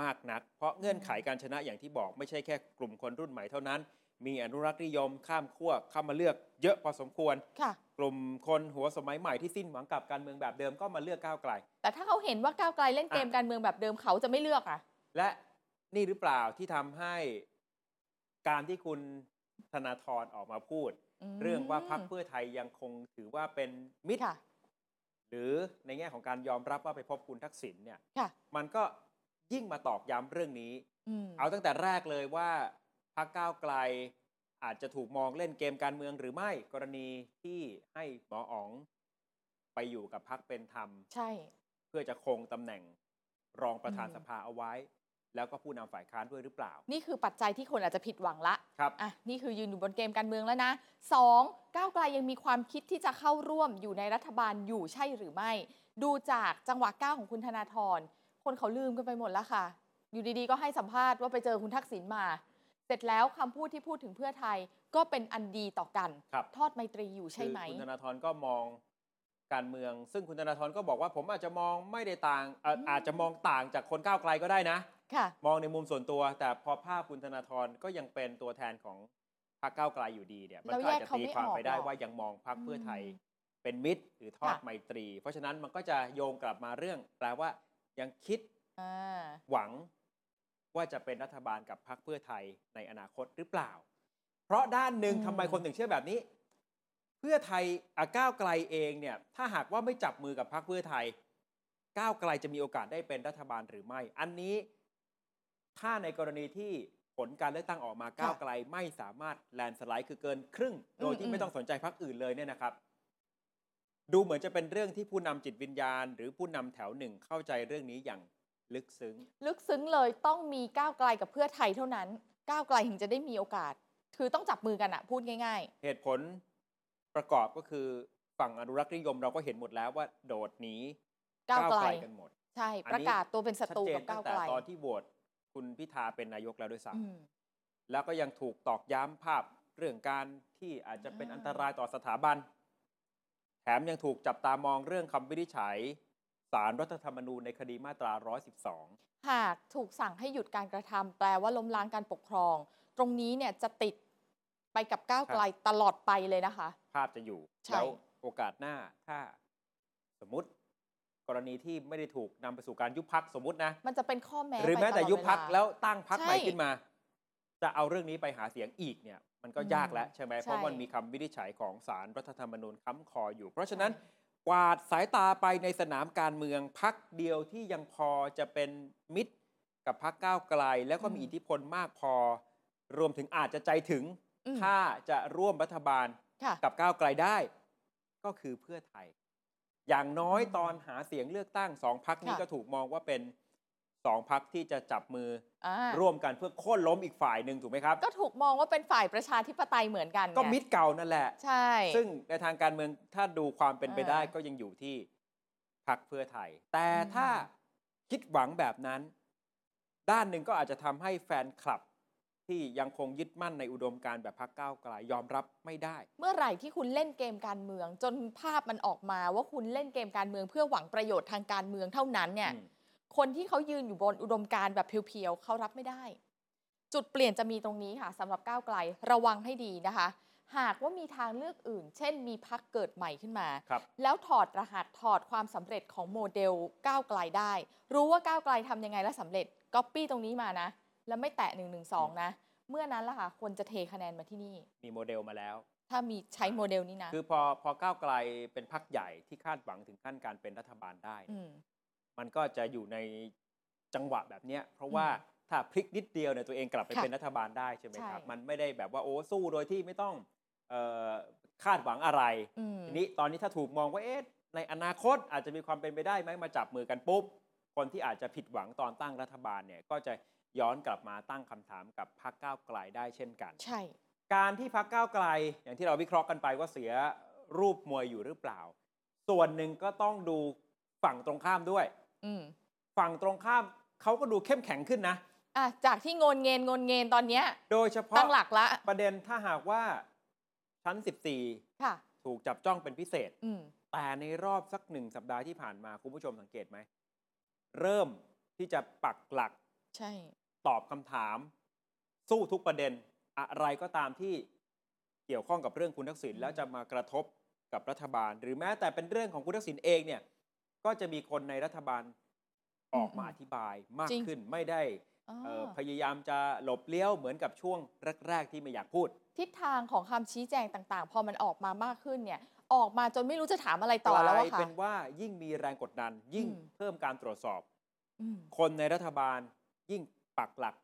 S2: มากนัก เพราะเงื่อนไขการชนะอย่างที่บอกไม่ใช่แค่กลุ่มคนรุ่นใหม่เท่านั้น มีอนุรักษ์นิยมข้ามขั้วเข้ามาเลือกเยอะพอสมควร
S3: ค่ะ
S2: กลุ่มคนหัวสมัยใหม่ที่สิ้นหวังกับการเมืองแบบเดิมก็มาเลือกก้าวไกล
S3: แต่ถ้าเขาเห็นว่าก้าวไกลเล่นเกมการเมืองแบบเดิมเขาจะไม่เลือกอ่ะ
S2: และนี่หรือเปล่าที่ทำให้การที่คุณธนาธรออกมาพูด เรื่องว่าพรรคเพื่อไทยยังคงถือว่าเป็นมิตร
S3: ค่ะ
S2: หรือในแง่ของการยอมรับว่าไปพบคุณทักษิณเนี่ย
S3: ค่ะ
S2: มันก็ยิ่งมาตอกย้ำเรื่องนี้
S3: อืม
S2: เอาตั้งแต่แรกเลยว่าพรรคก้าวไกล อาจจะถูกมองเล่นเกมการเมืองหรือไม่กรณีที่ให้หมออ๋อง ไปอยู่กับพักเป็นธรรม
S3: ใช่
S2: เพื่อจะคงตำแหน่งรองประธาน
S3: อืม
S2: สภาเอาไว้ แล้วก็ผู้นำฝ่ายค้านด้วยหรือเปล่า
S3: นี่คือปัจจัยที่คนอาจจะผิดหวังละ
S2: ครับ
S3: อ่ะ นี่คือยืนอยู่บนเกมการเมืองแล้วนะ 2. ก้าวไกลยังมีความคิดที่จะเข้าร่วมอยู่ในรัฐบาลอยู่ใช่หรือไม่ ดูจากจังหวะก้าวของคุณธนาธรคนเขาลืมกันไปหมดแล้วค่ะ อยู่ดีๆ ก็ให้สัมภาษณ์ว่าไปเจอคุณทักษิณมา เสร็จแล้วคำพูดที่พูดถึงเพื่อไทยก็เป็นอันดีต่อกัน
S2: ครับ
S3: ทอดไมตรีอยู่ใช่ไหม
S2: คือคุณธนาธรก็มองการเมือง ซึ่งคุณธนาธรก็บอกว่าผมอาจจะมองไม่ได้ต่างเอ่ออ
S3: ม
S2: อาจจะมองต่างจากคนก้าวไกลก็ได้นะ
S3: ค่ะ
S2: มองในมุมส่วนตัว แต่พอภาพคุณธนาธรก็ยังเป็นตัวแทนของพรรคก้าวไกลอยู่ดีเนี่ยมันก็อาจจะตีความไปได้ว่ายังมองพรรคเพื่อไทย เป็นมิตรหรือทอด
S3: ค่ะ
S2: ไมตรี เพราะฉะนั้นมันก็จะโยงกลับมาเรื่อง แปลว่ายังคิด
S3: อ่า
S2: หวังว่าจะเป็นรัฐบาลกับพรรคเพื่อไทยในอนาคตหรือเปล่า เพราะด้านหนึ่ง
S3: อืม
S2: ทำไมคนถึงเชื่อแบบนี้ เพื่อไทยอ่ะก้าวไกลเองเนี่ย ถ้าหากว่าไม่จับมือกับพรรคเพื่อไทย ก้าวไกลจะมีโอกาสได้เป็นรัฐบาลหรือไม่ อันนี้ถ้าในกรณีที่ผลการเลือกตั้งออกมาก้าวไกลไม่สามารถแลนสไลด์คือเกินครึ่ง โดย
S3: อื
S2: ที่
S3: ม
S2: ไม่ต้องสนใจพรรคอื่นเลยเนี่ยนะครับ ดูเหมือนจะเป็นเรื่องที่ผู้นำจิตวิญญาณ หรือผู้นำแถวหนึ่งเข้าใจเรื่องนี้อย่างลึกซึ้ง
S3: ลึกซึ้งเลยต้องมีก้าวไกลกับเพื่อไทยเท่านั้น ก้าวไกลถึงจะได้มีโอกาส คือต้องจับมือกันอะพูดง่าย
S2: เหตุผลประกอบก็คือฝั่งอนุรักษ์นิยมเราก็เห็นหมดแล้วว่าโดดหนี
S3: ๆ ก้าวไกล
S2: กันหมด
S3: ใช่
S2: อันนี้
S3: ประกาศตัวเป็นศั
S2: ชัด
S3: ตรู
S2: เจ
S3: กัน บ
S2: ตั้
S3: ก้าว
S2: งแต่
S3: ไกล
S2: ตอนที่โหวตคุณพิธาเป็นนายกแล้วด้วยซ้
S3: อืม
S2: ำแล้วก็ยังถูกตอกย้ำภาพเรื่องการที่อาจจะเป็น
S3: อ่า
S2: อันตรายต่อสถาบัน แถมยังถูกจับตามองเรื่องคำวินิจฉัยสารรัฐธรรมนูญในคดีมาตรา 112
S3: หากถูกสั่งให้หยุดการกระทำแปลว่าล้มล้างการปกครอง ตรงนี้เนี่ยจะติดไปกับก้าวไกลตลอดไปเลยนะคะ
S2: ภาพจะอยู่
S3: ใช่
S2: แล้วโอกาสหน้าถ้าสมมติกรณีที่ไม่ได้ถูกนำไปสู่การยุบพักสมมตินะ
S3: มันจะเป็นข้อแม้
S2: หรือแม้แต่
S3: ไปลด
S2: ยุบพัก
S3: เา
S2: แล้วตั้งพัก
S3: ใช่
S2: ใหม่ขึ้นมา จะเอาเรื่องนี้ไปหาเสียงอีกเนี่ย มันก็
S3: อืม
S2: ยากแล้วใช่ไหมเพราะ
S3: ใช่
S2: มันมีคำวินิจฉัยของสารรัฐธรรมนูญค้ำคออยู่ เพราะฉะนั้น กวาดสายตาไปในสนามการเมืองพักเดียวที่ยังพอจะเป็นมิตรกับพักก้าวไกล แล้วก็มี
S3: อืม
S2: อิทธิพลมากพอ รวมถึงอาจจะใจถึง
S3: อืม
S2: ถ้าจะร่วมรัฐบาล
S3: ค่ะ
S2: กับก้าวไกลได้ก็คือเพื่อไทย อย่างน้อย
S3: อืม
S2: ตอนหาเสียงเลือกตั้งสองพักนี้
S3: ค่ะ
S2: ก็ถูกมองว่าเป็นสองพักที่จะจับมือ
S3: อ่า
S2: ร่วมกันเพื่อโค่นล้มอีกฝ่ายหนึ่งถูกไหมครับ
S3: ก็ถูกมองว่าเป็นฝ่ายประชาธิปไตยเหมือนกัน
S2: ก็
S3: ไง
S2: มิตรเก่านั่นแหละ
S3: ใช่
S2: ซึ่งในทางการเมืองถ้าดูความเป็นไป
S3: เออ
S2: ได้ก็ยังอยู่ที่พักเพื่อไทย แต่
S3: อืม
S2: ถ้าคิดหวังแบบนั้น ด้านหนึ่งก็อาจจะทำให้แฟนคลับ ที่ยังคงยึดมั่นในอุดมการณ์แบบพักก้าวไกลยอมรับไม่ได้
S3: เมื่อไหร่ที่คุณเล่นเกมการเมือง จนภาพมันออกมาว่าคุณเล่นเกมการเมืองเพื่อหวังประโยชน์ทางการเมืองเท่านั้นเนี่ย
S2: อืม
S3: คนที่เขายืนอยู่บนอุดมการณ์แบบเพียวๆเขารับไม่ได้ จุดเปลี่ยนจะมีตรงนี้ค่ะสำหรับก้าวไกลระวังให้ดีนะคะ หากว่ามีทางเลือกอื่น เช่น มีพักเกิดใหม่ขึ้นมา
S2: ครับ
S3: แล้วถอดรหัสถอดความสำเร็จของโมเดลก้าวไกลได้ รู้ว่าก้าวไกลทำยังไงแล้วสำเร็จก๊อปปี้ตรงนี้มานะ แล้วไม่แตะ1นึนะ เมื่อนั้นล่ะค่ะคนจะเทคะแนนมาที่นี่
S2: มีโมเดลมาแล้ว
S3: ถ้ามีใช้โมเดลนี้นะ
S2: คือพอพอก้าวไกลเป็นพักใหญ่ที่คาดหวังถึงขั้นการเป็นรัฐบาลได้
S3: ม
S2: มันก็จะอยู่ในจังหวะแบบเนี้ยเพราะว่า
S3: อืม
S2: ถ้าพลิกนิดเดียวเนี่ยตัวเองกลับไป
S3: ค่ะ
S2: เป็นรัฐบาลได้ใช่ไหมครับ
S3: ใช่
S2: มันไม่ได้แบบว่าโอ้สู้โดยที่ไม่ต้องเออคาดหวังอะไร
S3: อืม
S2: ทีนี้ตอนนี้ถ้าถูกมองว่าเอ๊ะในอนาคตอาจจะมีความเป็นไปได้ไหมมาจับมือกันปุ๊บ คนที่อาจจะผิดหวังตอนตั้งรัฐบาลเนี่ยก็จะย้อนกลับมาตั้งคำถามกับพรรคก้าวไกลได้เช่นกัน
S3: ใช่
S2: การที่พักก้าวไกล อย่างที่เราวิเคราะห์กันไปว่าเสียรูปมวยอยู่หรือเปล่า ส่วนหนึ่งก็ต้องดูฝั่งตรงข้ามด้วย
S3: อืม
S2: ฝั่งตรงข้ามเขาก็ดูเข้มแข็งขึ้นนะ
S3: อ่ะ จากที่งนเงนงนเงนตอนเนี้ย
S2: โดยเฉพาะ
S3: ตั้งหลักละ
S2: ประเด็นถ้าหากว่าชั้น
S3: ค่ะ
S2: 14 ถูกจับจ้องเป็นพิเศษ
S3: อืม
S2: แต่ในรอบสักหนึ่งสัปดาห์ที่ผ่านมา คุณผู้ชมสังเกตไหม เริ่มที่จะปักหลัก
S3: ใช่
S2: ตอบคำถาม สู้ทุกประเด็นอะไรก็ตามที่เกี่ยวข้องกับเรื่องคุณทักษิณแล้วจะมากระทบกับรัฐบาล หรือแม้แต่เป็นเรื่องของคุณทักษิณเองเนี่ย ก็จะมีคนในรัฐบาลออกมา
S3: อืม
S2: อธิบายมาก
S3: จริง
S2: ขึ้นไม่ได้
S3: อ๋อ
S2: เอ่อพยายามจะหลบเลี้ยวเหมือนกับช่วงแรก ๆ ที่ไม่อยากพูด
S3: ทิศทางของคำชี้แจงต่างๆ พอมันออกมามากขึ้นเนี่ย ออกมาจนไม่รู้จะถามอะไรต่อแล้ว
S2: ก
S3: อะ
S2: ลาย
S3: ค่ะ
S2: เป็นว่ายิ่งมีแรงกดดัน ยิ่ง
S3: อืม
S2: เพิ่มการตรวจสอบ
S3: อืม
S2: คนในรัฐบาลยิ่งปักหลัก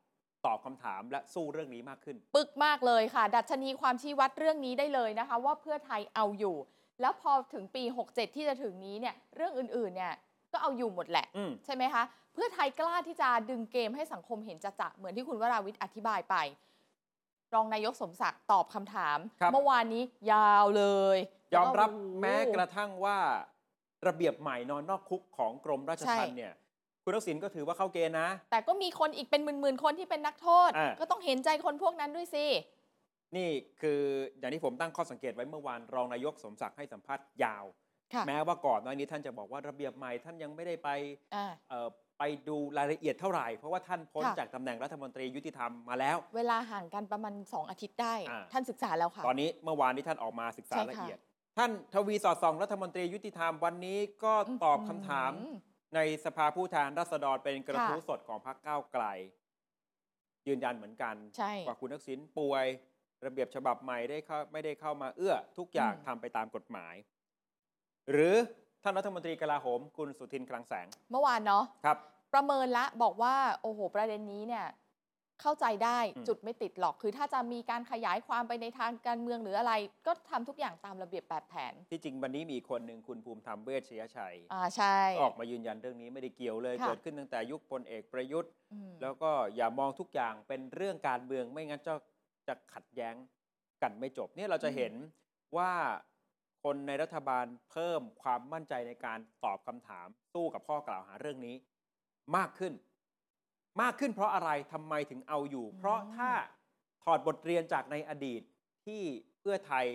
S2: ตอบคำถามและสู้เรื่องนี้มากขึ้น
S3: ปึกมากเลยค่ะ ดัชนีความชี้วัดเรื่องนี้ได้เลยนะคะ ว่าเพื่อไทยเอาอยู่ แล้วพอถึงปี 67 ที่จะถึงนี้เนี่ยเรื่องอื่นๆเนี่ยก็เอาอยู่หมดแหละ
S2: อืม
S3: ใช่ไหมคะ เพื่อไทยกล้าที่จะดึงเกมให้สังคมเห็นจะจะเหมือนที่คุณวราวิทย์อธิบายไป รองนายกสมศักดิ์ตอบคำถาม
S2: ครับ
S3: เมื่อวานนี้ยาวเลย
S2: ยอมรับ
S3: แล้วก็โโห
S2: แม้กระทั่งว่าระเบียบใหม่นอนนอกคุกของกรมราชทัณ
S3: ใช่
S2: ฑ์เนี่ย คุณทักษิณก็ถือว่าเข้าเกณฑ์นะ
S3: แต่ก็มีคนอีกเป็นหมื่นๆคนที่เป็นนักโทษ
S2: อ่า
S3: ก็ต้องเห็นใจคนพวกนั้นด้วยสิ
S2: นี่คืออย่างที่ผมตั้งข้อสังเกตไว้เมื่อวานรองนายกสมศักดิ์ให้สัมภาษณ์ยาว
S3: ค่ะ
S2: แม้ว่าก่อนหน้านี้ท่านจะบอกว่าระเบียบใหม่ท่านยังไม่ได้ไป
S3: อ่า
S2: เอ่อไปดูรายละเอียดเท่าไหร่ เพราะว่าท่านพ้น
S3: ค่ะ
S2: จากตำแหน่งรัฐมนตรียุติธรรมมาแล้ว
S3: เวลาห่างกันประมาณ 2 อาทิตย์ได้
S2: อ่า
S3: ท่านศึกษาแล้วค่ะ
S2: ตอนนี้เมื่อวานนี้ท่านออกมาศึกษา
S3: ใช่
S2: ละ
S3: ค่ะ
S2: เอียด ท่านทวีสอดส่องรัฐมนตรียุติธรรมวันนี้ก็ตอบคำถาม
S3: อื
S2: ในสภาผู้แทนราษฎรเป็นกระ
S3: ค่ะ
S2: ทู้สดของพรรคก้าวไกล ยืนยันเหมือนกัน
S3: ใช่
S2: ว่าคุณทักษิณป่วย ระเบียบฉบับใหม่ได้เข้าไม่ได้เข้ามาเอื้อ ทุกอย่าง
S3: อืม
S2: ทำไปตามกฎหมาย หรือท่านรัฐมนตรีกลาโหม คุณสุทินคลังแสง
S3: เมื่อวานเนาะ
S2: ครับ
S3: ประเมินละบอกว่า โอ้โห ประเด็นนี้เนี่ย เข้าใจได้
S2: อืม
S3: จุดไม่ติดหรอก คือถ้าจะมีการขยายความไปในทางการเมืองหรืออะไร ก็ทำทุกอย่างตามระเบียบแบบแผน
S2: ที่จริงวันนี้มีอีกคนหนึ่งคุณภูมิธรรมเวชชยชัย
S3: อ่า ใช่
S2: ออกมายืนยันเรื่องนี้ไม่ได้เกี่ยวเลย
S3: ค่ะ
S2: เกิดขึ้นตั้งแต่ยุคพลเอกประยุทธ์
S3: อืม
S2: แล้วก็อย่ามองทุกอย่างเป็นเรื่องการเมืองไม่งั้นจะจะขัดแย้งกันไม่จบเนี่ยเราจะเห็นว่าคนในรัฐบาลเพิ่มความมั่นใจในการตอบคำถามสู้กับข้อกล่าวหาเรื่องนี้ มากขึ้น มากขึ้นเพราะอะไรทำไมถึงเอาอยู่ เพราะถ้าถอดบทเรียนจากในอดีตที่เพื่อไทย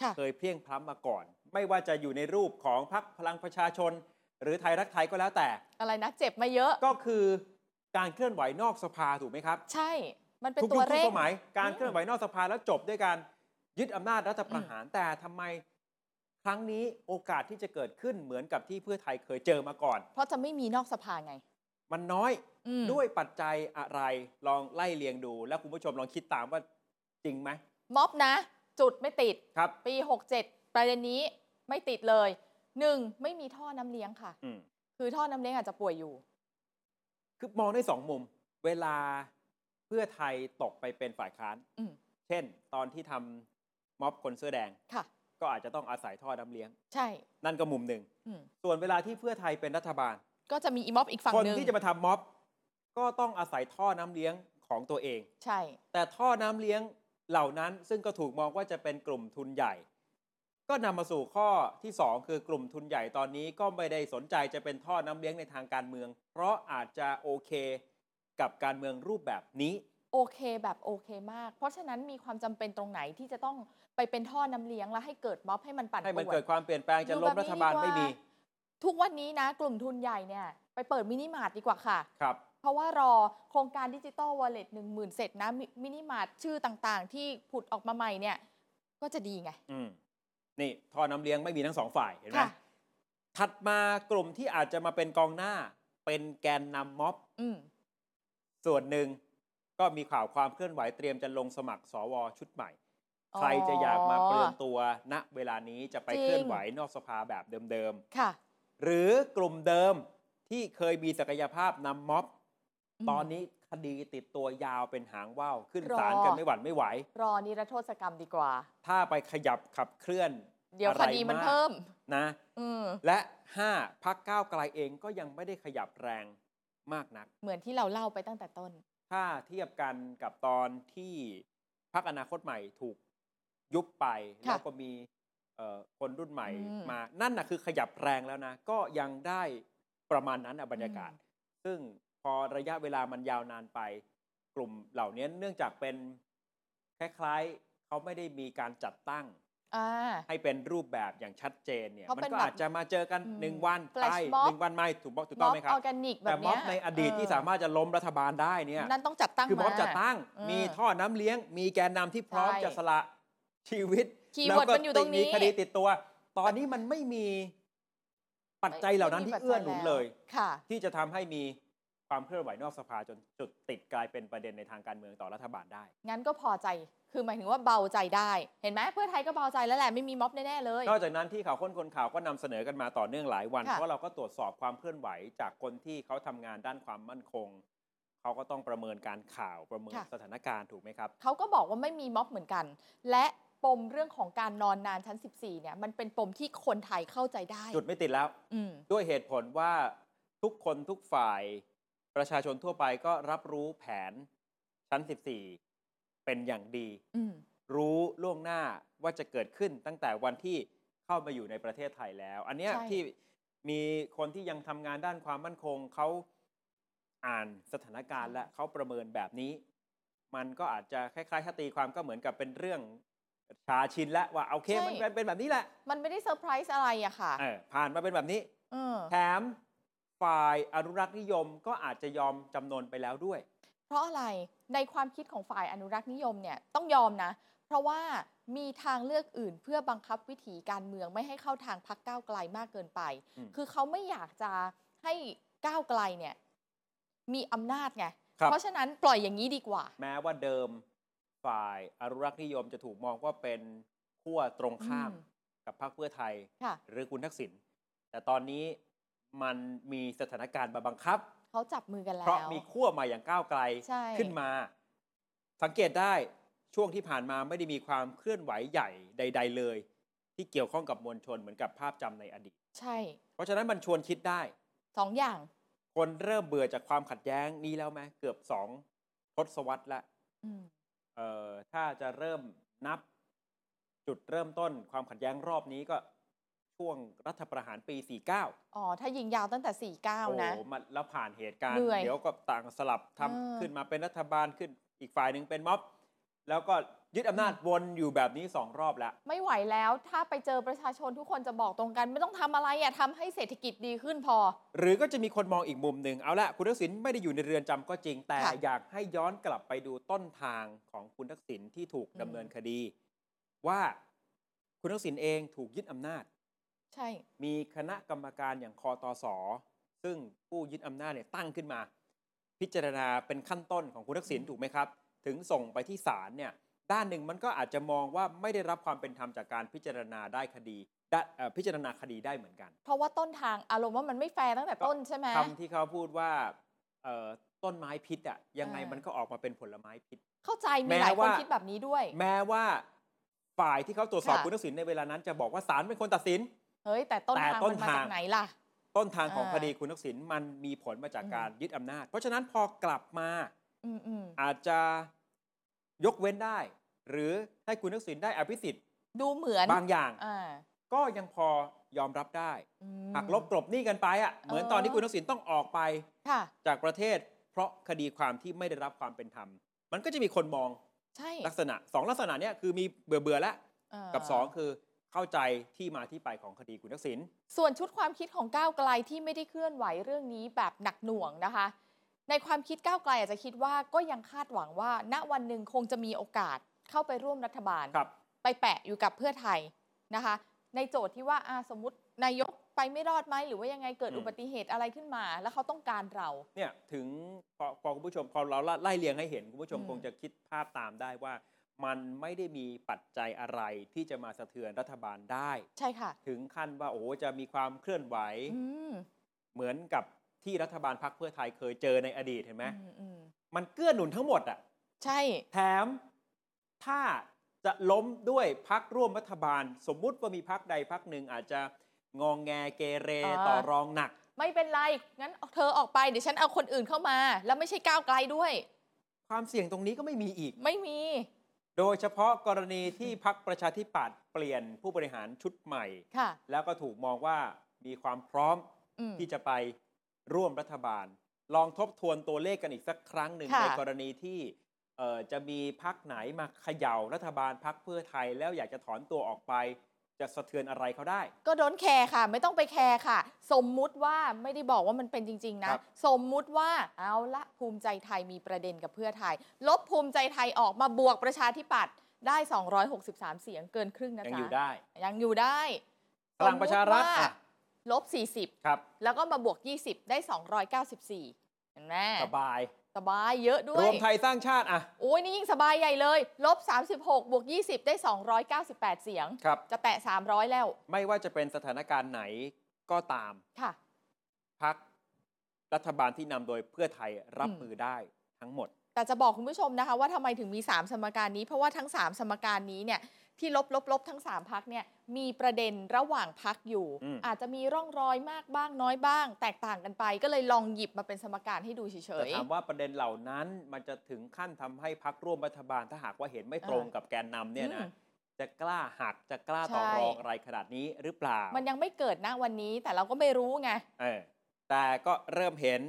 S3: ค่ะ
S2: เคยเพลียงพล้ำมาก่อน ไม่ว่าจะอยู่ในรูปของพรรคพลังประชาชน หรือไทยรักไทยก็แล้วแต่
S3: อะไรนะ เจ็บมาเยอะ
S2: ก็คือการเคลื่อนไหวนอกสภาถูกไหมครับ
S3: ใช่ มันเป็น
S2: ทุก
S3: ตั
S2: ยุค
S3: ว
S2: ทุก
S3: เร่ง
S2: สมัยการเคลื่อนไหวนอกสภาแล้วจบด้วยการยึดอำนาจรัฐประหารแต่ทำไมครั้งนี้โอกาสที่จะเกิดขึ้นเหมือนกับที่เพื่อไทยเคยเจอมาก่อน
S3: เพราะจะไม่มีนอกสภาไง
S2: มันน้อย
S3: อืม
S2: ด้วยปัจจัยอะไรลองไล่เรียงดู แล้วคุณผู้ชมลองคิดตามว่าจริงไหม
S3: ม็อบนะ จุดไม่ติด
S2: ครับ
S3: ปี 67 ประเด็นนี้ไม่ติดเลยหนึ่งไม่มีท่อน้ำเลี้ยงค่ะ
S2: อืม
S3: คือท่อน้ำเลี้ยงอาจจะป่วยอยู่
S2: คือมองได้สองมุม เวลาเพื่อไทยตกไปเป็นฝ่ายค้าน
S3: อืม
S2: เช่น ตอนที่ทำม็อบคนเสื้อแดง
S3: ค่ะ
S2: ก็อาจจะต้องอาศัยท่อน้ำเลี้ยง
S3: ใช่
S2: นั่นก็มุมหนึ่ง
S3: อืม
S2: ส่วนเวลาที่เพื่อไทยเป็นรัฐบาล
S3: ก็จะมีอีม็อบอีกฝั่ง
S2: คน
S3: หนึ่ง
S2: ที่จะมาทำม็อบ ก็ต้องอาศัยท่อน้ำเลี้ยงของตัวเอง
S3: ใช่
S2: แต่ท่อน้ำเลี้ยงเหล่านั้นซึ่งก็ถูกมองว่าจะเป็นกลุ่มทุนใหญ่ ก็นำมาสู่ข้อที่ 2 คือกลุ่มทุนใหญ่ตอนนี้ก็ไม่ได้สนใจจะเป็นท่อน้ำเลี้ยงในทางการเมือง เพราะอาจจะโอเคกับการเมืองรูปแบบนี้
S3: โอเคแบบโอเคมาก เพราะฉะนั้นมีความจำเป็นตรงไหนที่จะต้องไปเป็นท่อน้ำเลี้ยงแล้วให้เกิดม็อบให้มันปั่น
S2: ให้มัน
S3: ป่วน
S2: เกิดความเปลี่ยนแปลงจะล้มรัฐบาลไม่มี
S3: อยู่แบบนี้ดีกว่าทุกวันนี้นะ กลุ่มทุนใหญ่เนี่ย ไปเปิดมินิมาร์ทดีกว่าค่ะ
S2: ครับ
S3: เพราะว่ารอโครงการดิจิตอลวอลเล็ตหนึ่งหมื่นเสร็จนะมิมินิมาร์ทชื่อต่างๆ ที่ผุดออกมาใหม่เนี่ย ก็จะดีไง
S2: อืมนี่ท่อน้ำเลี้ยงไม่มีทั้งสองฝ่ายเห็นไหม
S3: ค่ะ
S2: ถัดมากลุ่มที่อาจจะมาเป็นกองหน้า เป็นแกนนำม็อบ
S3: อืม
S2: ส่วนหนึ่งก็มีข่าวความเคลื่อนไหวเตรียมจะลงสมัครสวชุดใหม่ ใครจะอยากมาเปลืองตัวณเวลานี้จะไป
S3: จริง
S2: เคลื่อนไหวนอกสภาแบบเดิม
S3: ค่ะ
S2: ๆ หรือกลุ่มเดิมที่เคยมีศักยภาพนำม็อบ
S3: ม
S2: ตอนนี้คดีติดตัวยาวเป็นหางว่าวขึ้น
S3: รอ
S2: ศาลกันไม่หวั่นไม่ไหว
S3: รอนิรโทษกรรมดีกว่า
S2: ถ้าไปขยับขับเคลื่อน
S3: เดี๋ยว
S2: อะไร
S3: คดีมัน
S2: าก
S3: เพิ่ม
S2: นะ
S3: อืม
S2: และ 5พักก้าวไกลเองก็ยังไม่ได้ขยับแรงมากนัก
S3: เหมือนที่เราเล่าไปตั้งแต่ต้น
S2: ถ้าเทียบกันกับตอนที่พักอนาคตใหม่ถูกยุบไป
S3: ค่ะ
S2: แล้วก็มีเอ่อคนรุ่นใหม่
S3: อืม
S2: มา นั่นนะคือขยับแรงแล้วนะ ก็ยังได้ประมาณนั้นนะบรรยากาศ ซึ่งพอระยะเวลามันยาวนานไป กลุ่มเหล่านี้เนื่องจากเป็นคล้ายๆเขาไม่ได้มีการจัดตั้ง
S3: ่า
S2: ให้เป็นรูปแบบอย่างชัดเจนเนี่ย
S3: เพราะ
S2: มัน
S3: เป็น
S2: ก็
S3: แบบ
S2: อาจจะมาเจอกัน
S3: อืม
S2: หนึ่งวันไป
S3: flash mob
S2: หนึ่งวันไม่ถูกบอกถูกต้องไหมครับ
S3: ออร์แกนิกแบ
S2: แต่
S3: บ
S2: ม็
S3: เนี้
S2: อย บในอดีตที่สามารถจะล้มรัฐบาลได้เนี่ย
S3: นั่นต้องจัดตั้ง
S2: คือม็อบ
S3: มา
S2: จะตั้ง
S3: เออ
S2: มีท่อน้ำเลี้ยง มีแกนนำที่พร้อม
S3: ใช่
S2: จะสละชีวิต
S3: คีย์
S2: แล้ว
S3: เวิร์ด
S2: ก็
S3: มันอยู่ตรง
S2: มี
S3: นี้
S2: คดีติดตัว ตอนนี้มันไม่มีปัจจัยเหล่านั้นที่เอื้อหนุนเลย
S3: ค่ะ
S2: ที่จะทำให้มีความเคลื่อนไหวนอกสภาจนจุดติดกลายเป็นประเด็นในทางการเมืองต่อรัฐบาลได้
S3: งั้นก็พอใจ คือหมายถึงว่าเบาใจได้ เห็นไหมเพื่อไทยก็เบาใจแล้วแหละ ไม่มีม็อบแน่ ๆ เลย
S2: นอกจากนั้นที่ข่าวค้นคนข่าวก็นำเสนอกันมาต่อเนื่องหลายวัน
S3: ค่ะ
S2: เพราะเราก็ตรวจสอบความเคลื่อนไหวจากคนที่เขาทำงานด้านความมั่นคง เขาก็ต้องประเมินการข่าวประเมิน
S3: ค่ะ
S2: สถานการณ์ถูกไหมครับ
S3: เขาก็บอกว่าไม่มีม็อบเหมือนกัน และป ปมเรื่องของการนอนนานชั้น 14 เนี่ย มันเป็นปมที่คนไทยเข้าใจได้
S2: จุดไม่ติดแล้ว
S3: อืม
S2: ด้วยเหตุผลว่าทุกคนทุกฝ่ายประชาชนทั่วไปก็รับรู้แผนชั้น 14 เป็นอย่างดี
S3: อืม
S2: รู้ล่วงหน้าว่าจะเกิดขึ้นตั้งแต่วันที่เข้ามาอยู่ในประเทศไทยแล้ว อันเนี้ย
S3: ใช่
S2: ที่มีคนที่ยังทำงานด้านความมั่นคงเขาอ่านสถานการณ์และเขาประเมินแบบนี้ มันก็อาจจะคล้ายๆถ้าตีความก็เหมือนกับเป็นเรื่องชาชินแล้วว่าโอเคมันเป็นเป็นแบบนี้แหละ
S3: มันไม่ได้เซอร์ไพรส์อะไรอะค่ะ
S2: เออผ่านมาเป็นแบบนี้
S3: เออ
S2: แถมฝ่ายอนุรักษ์นิยมก็อาจจะยอมจำนนไปแล้วด้วย
S3: เพราะอะไรในความคิดของฝ่ายอนุรักษ์นิยมเนี่ยต้องยอมนะ เพราะว่ามีทางเลือกอื่นเพื่อบังคับวิถีการเมืองไม่ให้เข้าทางพักก้าวไกลมากเกินไป
S2: อืม
S3: คือเขาไม่อยากจะให้ก้าวไกลเนี่ย มีอำนาจไง
S2: ครับ
S3: เพราะฉะนั้นปล่อยอย่างนี้ดีกว่า
S2: แม้ว่าเดิมฝ่ายอนุรักษ์นิยมจะถูกมองว่าเป็นขั้วตรงข้าม
S3: อืม
S2: กับพรรคเพื่อไทย
S3: ค่ะ
S2: หรือคุณทักษิณแต่ตอนนี้มันมีสถานการณ์มาบังคับ
S3: เขาจับมือกันแล้
S2: เพราะ
S3: ว
S2: มีขั้วใหม่อย่างก้าวไกล
S3: ใช่
S2: ขึ้นมา สังเกตได้ช่วงที่ผ่านมาไม่ได้มีความเคลื่อนไหวใหญ่ใด ๆ เลย ที่เกี่ยวข้องกับมวลชนเหมือนกับภาพจำในอดีต
S3: ใช่
S2: เพราะฉะนั้นมันชวนคิดได้
S3: สองอย่าง
S2: คนเริ่มเบื่อจากความขัดแย้งนี้แล้วไหมเกือบสองทศวรรษละ
S3: อืม
S2: เอ่อถ้าจะเริ่มนับ จุดเริ่มต้นความขัดแย้งรอบนี้ก็ ช่วงรัฐประหารปี 49
S3: อ๋อ ถ้ายิงยาวตั้งแต่ 49 นะ
S2: โอ้โหมันแล้วผ่านเหตุการณ์
S3: เหนื่อย
S2: ยวก็ต่างสลับทำ
S3: เออ
S2: ขึ้นมาเป็นรัฐบาลขึ้นอีกฝ่ายหนึ่งเป็นม็อบ แล้วก็ยึดอำนาจวนอยู่แบบนี้สองรอบแล้ว
S3: ไม่ไหวแล้ว ถ้าไปเจอประชาชนทุกคนจะบอกตรงกัน ไม่ต้องทำอะไรอะทำให้เศรษฐกิจดีขึ้นพอ
S2: หรือก็จะมีคนมองอีกมุมหนึ่งเอาละคุณทักษิณไม่ได้อยู่ในเรือนจำก็จริงแต่
S3: ค่ะ
S2: อยากให้ย้อนกลับไปดูต้นทางของคุณทักษิณที่ถูก
S3: อืม
S2: ดำเนินคดี ว่าคุณทักษิณเองถูกยึดอำนาจ
S3: ใช่
S2: มีคณะกรรมการอย่างคอตอสอซึ่งผู้ยึดอำนาจเนี่ยตั้งขึ้นมา พิจารณาเป็นขั้นต้นของคุณทักษิณถูกไหมครับ ถึงส่งไปที่ศาลเนี่ยด้านหนึ่งมันก็อาจจะมองว่าไม่ได้รับความเป็นธรรมจากการพิจารณาได้คดีได้เอ่อพิจารณาคดีได้เหมือนกัน
S3: เพราะว่าต้นทางอารมณ์ว่ามันไม่แฟร์ตั้งแต่ต้นใช่ไหม
S2: คำที่เขาพูดว่าเอ่อต้นไม้พิษอ่ะยังไง
S3: อ่ามั
S2: มันก็ออกมาเป็นผลไม้พิษ
S3: เข้าใจ
S2: แม้
S3: มีหลายคน
S2: ว่า
S3: คิดแบบนี้ด้วย
S2: แม้ว่าฝ่ายที่เขาตรวจสอบ
S3: ค่ะ
S2: คุณทักษิณในเวลานั้น จะบอกว่าศาลเป็นคนตัดสิน
S3: เฮ้ย แต่ต้น
S2: แต่
S3: ทาง
S2: ต้
S3: มันนมาจา
S2: ทาง
S3: กไหนล่ะ
S2: ต้นทางของ
S3: อ่า
S2: คดีคุณทักษิณมันมีผลมาจาก
S3: อืม
S2: การยึดอำนาจ เพราะฉะนั้นพอกลับมา
S3: อืมอืม
S2: อาจจะยกเว้นได้ หรือให้คุณทักษิณได้อภิสิทธิ์
S3: ดูเหมือน
S2: บางอย่าง
S3: อ่า
S2: ก็ยังพอยอมรับได้
S3: อืม
S2: หักลบกลบหนี้กันไปอ่ะเหมือน
S3: เออ
S2: ตอนที่คุณทักษิณต้องออกไป
S3: ค่ะ
S2: จากประเทศ เพราะคดีความที่ไม่ได้รับความเป็นธรรม มันก็จะมีคนมอง
S3: ใช่
S2: ลักษณะสองลักษณะเนี้ยคือมีเบื่อเบื่อๆแล้ว
S3: เออ
S2: กับสองคือเข้าใจที่มาที่ไปของคดีคุณทักษิณ
S3: ส่วนชุดความคิดของก้าวไกลที่ไม่ได้เคลื่อนไหวเรื่องนี้แบบหนักหน่วงนะคะ ในความคิดก้าวไกลอาจจะคิดว่าก็ยังคาดหวังว่า ณวันหนึ่งคงจะมีโอกาสเข้าไปร่วมรัฐบาล
S2: ครับ
S3: ไปแปะอยู่กับเพื่อไทยนะคะ ในโจทย์ที่ว่าอ่าสมมตินายกไปไม่รอดไหมหรือว่ายังไงเกิด
S2: อืม
S3: อุบัติเหตุอะไรขึ้นมา แล้วเขาต้องการเรา
S2: เนี่ยถึงพอพอคุณผู้ชมพอเราไล่เรียงให้เห็น คุณผู้ชม
S3: อืม
S2: คงจะคิดภาพตามได้ว่า มันไม่ได้มีปัจจัยอะไรที่จะมาสะเทือนรัฐบาลได้
S3: ใช่ค่ะ
S2: ถึงขั้นว่าโอ้โหจะมีความเคลื่อนไหว
S3: อืม
S2: เหมือนกับที่รัฐบาลพักเพื่อไทยเคยเจอในอดีตเห็นไหม
S3: อืมอืม
S2: มันเกื้อหนุนทั้งหมดอะ
S3: ใช่
S2: แถมถ้าจะล้มด้วยพักร่วมรัฐบาล สมมุติว่ามีพักใดพักหนึ่งอาจจะงองแงเกเรต่อรองหนัก
S3: ไม่เป็นไรงั้นเธอออกไปเดี๋ยวฉันเอาคนอื่นเข้ามา แล้วไม่ใช่ก้าวไกลด้วย
S2: ความเสี่ยงตรงนี้ก็ไม่มีอีก
S3: ไม่มี
S2: โดยเฉพาะกรณีที่พักประชาธิปัตย์เปลี่ยนผู้บริหารชุดใหม่
S3: ค่ะ
S2: แล้วก็ถูกมองว่ามีความพร้อม
S3: อืม
S2: ที่จะไปร่วมรัฐบาล ลองทบทวนตัวเลขกันอีกสักครั้งหนึ่ง
S3: ค่ะ
S2: ในกรณีที่เอ่อจะมีพักไหนมาเขย่ารัฐบาลพักเพื่อไทย แล้วอยากจะถอนตัวออกไป จะสะเทือนอะไรเขาได้
S3: ก็ดนแคร์ค่ะ ไม่ต้องไปแคร์ค่ะ สมมุติว่าไม่ได้บอกว่ามันเป็นจริง ๆ นะ
S2: ครับ
S3: สมมุติว่าเอาละภูมิใจไทยมีประเด็นกับเพื่อไทย ลบภูมิใจไทยออกมาบวกประชาธิปัตย์ได้ 263 เสียงเกินครึ่งนะ
S2: ยัง
S3: จ๊ะ
S2: อยู่ได้
S3: ยังอยู่ได้
S2: พลังประชารัฐ
S3: สมมุติว่า
S2: อ่ะ
S3: ลบ
S2: ครับ
S3: 40 แล้วก็มาบวก 20 ได้ 294 เห็นไหม
S2: สบาย
S3: สบายเยอะด้ว
S2: ร
S3: ยว
S2: มไทยสร้างชาติอ่ะ
S3: โอ้ยนี่ยิ่งสบายใหญ่เลย ลบ 36 บวก 20 ได้ 298 เสียง
S2: ครับ
S3: จะแตะ 300 แล้ว
S2: ไม่ว่าจะเป็นสถานการณ์ไหนก็ตาม
S3: ค่ะ
S2: พักรัฐบาลที่นำโดยเพื่อไทยรับ
S3: อืม
S2: มือได้ทั้งหมด
S3: แต่จะบอกคุณผู้ชมนะคะว่าทำไมถึงมี 3 สมการนี้ เพราะว่าทั้ง 3 สมการนี้เนี่ย ที่ลบลบลบทั้ง 3 พักเนี่ยมีประเด็นระหว่างพักอยู่
S2: อืม
S3: อาจจะมีร่องรอยมากบ้างน้อยบ้าง แตกต่างกันไป ก็เลยลองหยิบมาเป็นสมการให้ดูเฉ
S2: แต่
S3: ย
S2: ถามว่าประเด็นเหล่านั้นมันจะถึงขั้นทำให้พักร่วมรัฐบาลถ้าหากว่าเห็นไม่ตรง
S3: อ่ากั
S2: กับแกนนำเนี่ยนะ
S3: อืม
S2: จะกล้าหักจะกล้าต่อ
S3: ใช่
S2: รองอะไรขนาดนี้หรือเปล่า
S3: ๆ มันยังไม่เกิดนะวันนี้แต่เราก็ไม่รู้ไง
S2: เออแต่ก็เริ่มเห็น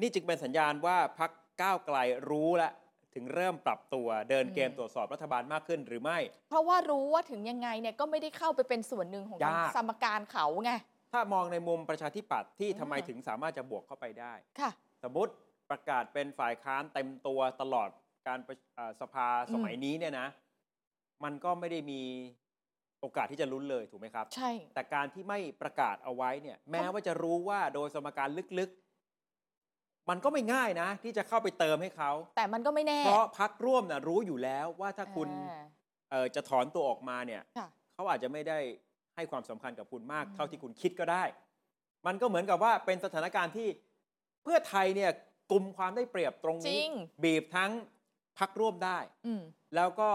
S2: นี่จึงเป็นสัญญาณว่าพักก้าวไกลรู้และถึงเริ่มปรับตัวเดินเกม
S3: อืม
S2: ตรวจสอบรัฐบาลมากขึ้นหรือไม่
S3: เพราะว่ารู้ว่าถึงยังไงเนี่ยก็ไม่ได้เข้าไปเป็นส่วนหนึ่งของทาง
S2: ยาก
S3: สมการเขาไง
S2: ถ้ามองในมุมประชาธิปัตย์ที่
S3: อ่า
S2: ทำไมถึงสามารถจะบวกเข้าไปได้
S3: ค่ะ
S2: สมมติประกาศเป็นฝ่ายค้านเต็มตัวตลอดการประเอ่อสภาสมัยนี้เนี่ยนะ มันก็ไม่ได้มีโอกาสที่จะลุ้นเลยถูกไหมครับ
S3: ใช่
S2: แต่การที่ไม่ประกาศเอาไว้เนี่ย แม้ว่าจะรู้ว่าโดยสมการลึกๆ มันก็ไม่ง่ายนะ ที่จะเข้าไปเติมให้เขา
S3: แต่มันก็ไม่แน่
S2: เพราะพักร่วมนะรู้อยู่แล้วว่าถ้าคุณ
S3: อ่า
S2: เอ่อจะถอนตัวออกมาเนี่ย
S3: ค่ะ
S2: เขาอาจจะไม่ได้ให้ความสำคัญกับคุณมาก
S3: อืม
S2: เท่าที่คุณคิดก็ได้ มันก็เหมือนกับว่าเป็นสถานการณ์ที่เพื่อไทยเนี่ยกลุ่มความได้เปรียบตรง
S3: จริ
S2: นี้
S3: ง
S2: บีบทั้งพักร่วมได้
S3: อืม
S2: แล้วก็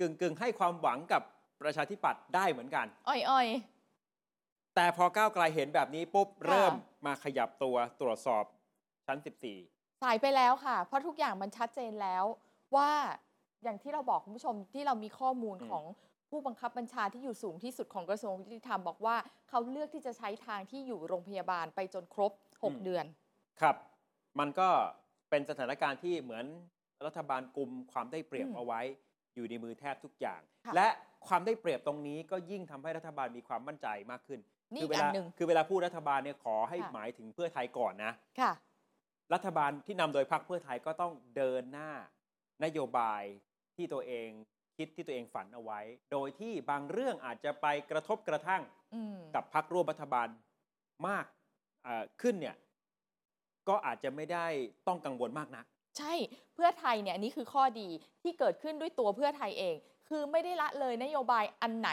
S2: กึ่งกึ่งๆ ให้ความหวังกับประชาธิปัตย์ได้เหมือนกัน
S3: อ่อย
S2: แต่พอก้าวไกลเห็นแบบนี้ปุ๊บ
S3: ค่ะ
S2: เริ่มมาขยับตัวตรวจสอบชั้น
S3: ๆ สายไปแล้วค่ะ เพราะทุกอย่างมันชัดเจนแล้วว่าอย่างที่เราบอกคุณผู้ชมที่เรามีข้อมูล
S2: อืม
S3: ของผู้บังคับบัญชาที่อยู่สูงที่สุดของกระทรวงยุติธรรมบอกว่าเขาเลือกที่จะใช้ทางที่อยู่โรงพยาบาลไปจนครบ 6 เดือน
S2: 14 ครับ มันก็เป็นสถานการณ์ที่เหมือนรัฐบาลกลุ่มความได้เปรียบ
S3: อืม
S2: เอาไว้ อยู่ในมือแทบทุกอย่าง
S3: ค่ะ
S2: และความได้เปรียบตรงนี้ก็ยิ่งทำให้รัฐบาลมีความมั่นใจมากขึ้น
S3: นี่
S2: คื
S3: อี
S2: เว
S3: กอั
S2: ลาน
S3: หนึ่ง
S2: คือเวลาพูดรัฐบาลเนี่ยขอให้
S3: ค่ะ
S2: หมายถึงเพื่อไทยก่อนนะ
S3: ค่ะ
S2: รัฐบาลที่นำโดยพรรคเพื่อไทยก็ต้องเดินหน้านโยบายที่ตัวเองคิดที่ตัวเองฝันเอาไว้ โดยที่บางเรื่องอาจจะไปกระทบกระทั่ง
S3: อืม
S2: กับพรรคร่วมรัฐบาลมากเอ่อขึ้นเนี่ยก็อาจจะไม่ได้ต้องกังวลมากนัก
S3: ใช่เพื่อไทยเนี่ยอันนี่คือข้อดีที่เกิดขึ้นด้วยตัวเพื่อไทยเอง คือไม่ได้ละเลยนโยบายอันไหน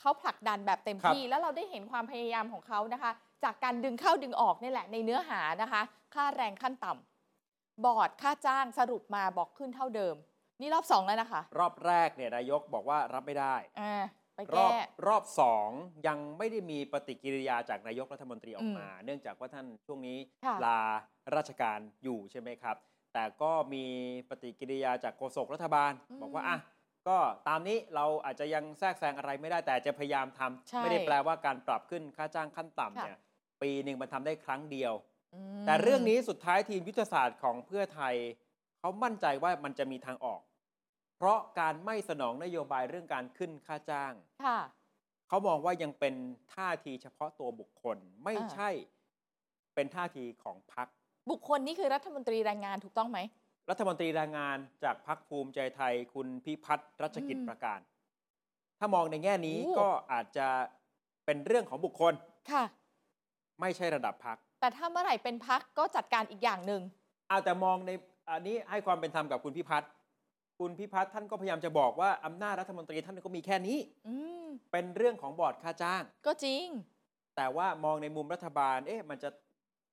S3: เขาผลักดันแบบเต็ม
S2: ครับ
S3: ที่ แล้วเราได้เห็นความพยายามของเขานะคะ จากการดึงเข้าดึงออกนี่แหละในเนื้อหานะคะ ค่าแรงขั้นต่ำบอร์ดค่าจ้างสรุปมาบอกขึ้นเท่าเดิม นี่รอบสองแล้วนะคะ
S2: รอบแรกเนี่ยนายกบอกว่ารับไม่ได้
S3: อ่าไป
S2: รอ
S3: แก้
S2: บรอบสองยังไม่ได้มีปฏิกิริยาจากนายกรัฐมนตรีออกมา เนื่องจากว่าท่านช่วงนี้
S3: ค่ะ
S2: ลาราชการอยู่ใช่ไหมครับ แต่ก็มีปฏิกิริยาจากโฆษกรัฐบาล บอกว่าอ่ะก็ตามนี้เราอาจจะยังแทรกแซงอะไรไม่ได้แต่จะพยายามทำ
S3: ใช่
S2: ไม่ได้แปลว่าการปรับขึ้นค่าจ้างขั้นต่ำ
S3: ค่ะ
S2: เนี่ยปีหนึ่งมันทำได้ครั้งเดียว
S3: อืม
S2: แต่เรื่องนี้สุดท้ายทีมยุทธศาสตร์ของเพื่อไทย เขามั่นใจว่ามันจะมีทางออก เพราะการไม่สนองนโยบายเรื่องการขึ้นค่าจ้าง
S3: ค่ะ
S2: เขามองว่ายังเป็นท่าทีเฉพาะตัวบุคคลไม่
S3: อ่า
S2: ใช่เป็นท่าทีของพัก
S3: บุคคลนี่คือรัฐมนตรีแรงงานถูกต้องไหม
S2: รัฐมนตรีแรงงานจากพักภูมิใจไทย คุณพิพัฒน์รัชกิจ
S3: อืม
S2: ประการ ถ้ามองในแง่นี้
S3: โอ้
S2: ก็อาจจะเป็นเรื่องของบุคคล
S3: ค่ะ
S2: ไม่ใช่ระดับพัก
S3: แต่ถ้าเมื่อไหร่เป็นพักก็จัดการอีกอย่างหนึ่ง
S2: เอาแต่มองในอันนี้ให้ความเป็นธรรมกับคุณพิพัฒน์คุณพิพัฒน์ท่านก็พยายามจะบอกว่าอำนาจรัฐมนตรีท่านก็มีแค่นี้
S3: อืม
S2: เป็นเรื่องของบอร์ดค่าจ้าง
S3: ก็จริง
S2: แต่ว่ามองในมุมรัฐบาล เอ๊ะมันจะ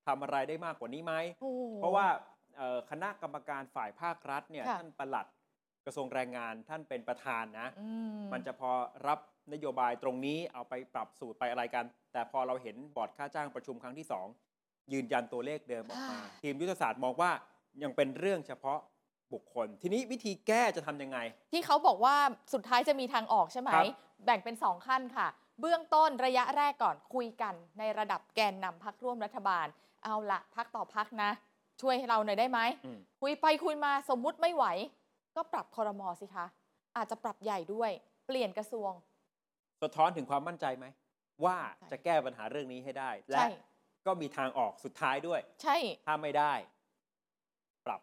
S2: ทำอะไรได้มากกว่านี้ไหม
S3: โอ้โห
S2: เพราะว่าเอ่อคณะกรรมการฝ่ายภาครัฐเนี่ย
S3: ค่ะ
S2: ท่านปลัดกระทรวงแรงงานท่านเป็นประธานนะ
S3: อื
S2: มันจะพอรับนโยบายตรงนี้เอาไปปรับสูตรไปอะไรกัน แต่พอเราเห็นบอร์ดค่าจ้างประชุมครั้งที่ 2 ยืนยันตัวเลขเดิมออกมา ทีมยุทธศาสตร์มองว่ายังเป็นเรื่องเฉพาะบุคคล ทีนี้วิธีแก้จะทำยังไง
S3: ที่เขาบอกว่าสุดท้ายจะมีทางออกใช่ไหม
S2: ครับ
S3: แบ่งเป็น 2 ขั้นค่ะ เบื้องต้นระยะแรกก่อนคุยกัน ในระดับแกนนำพักร่วมรัฐบาล เอาละพักต่อพักนะ ช่วยให้เราหน่อยได้ไหม
S2: อืม
S3: คุยไปคุยมาสมมุติไม่ไหว ก็ปรับคอรมอสิคะ อาจจะปรับใหญ่ด้วย เปลี่ยนกระทรวง
S2: สะท้อนถึงความมั่นใจไหม ว่าจะแก้ปัญหาเรื่องนี้ให้ได้ และ
S3: ใช่
S2: ก็มีทางออกสุดท้ายด้วย
S3: ใช่
S2: ถ้าไม่ได้ ปรับ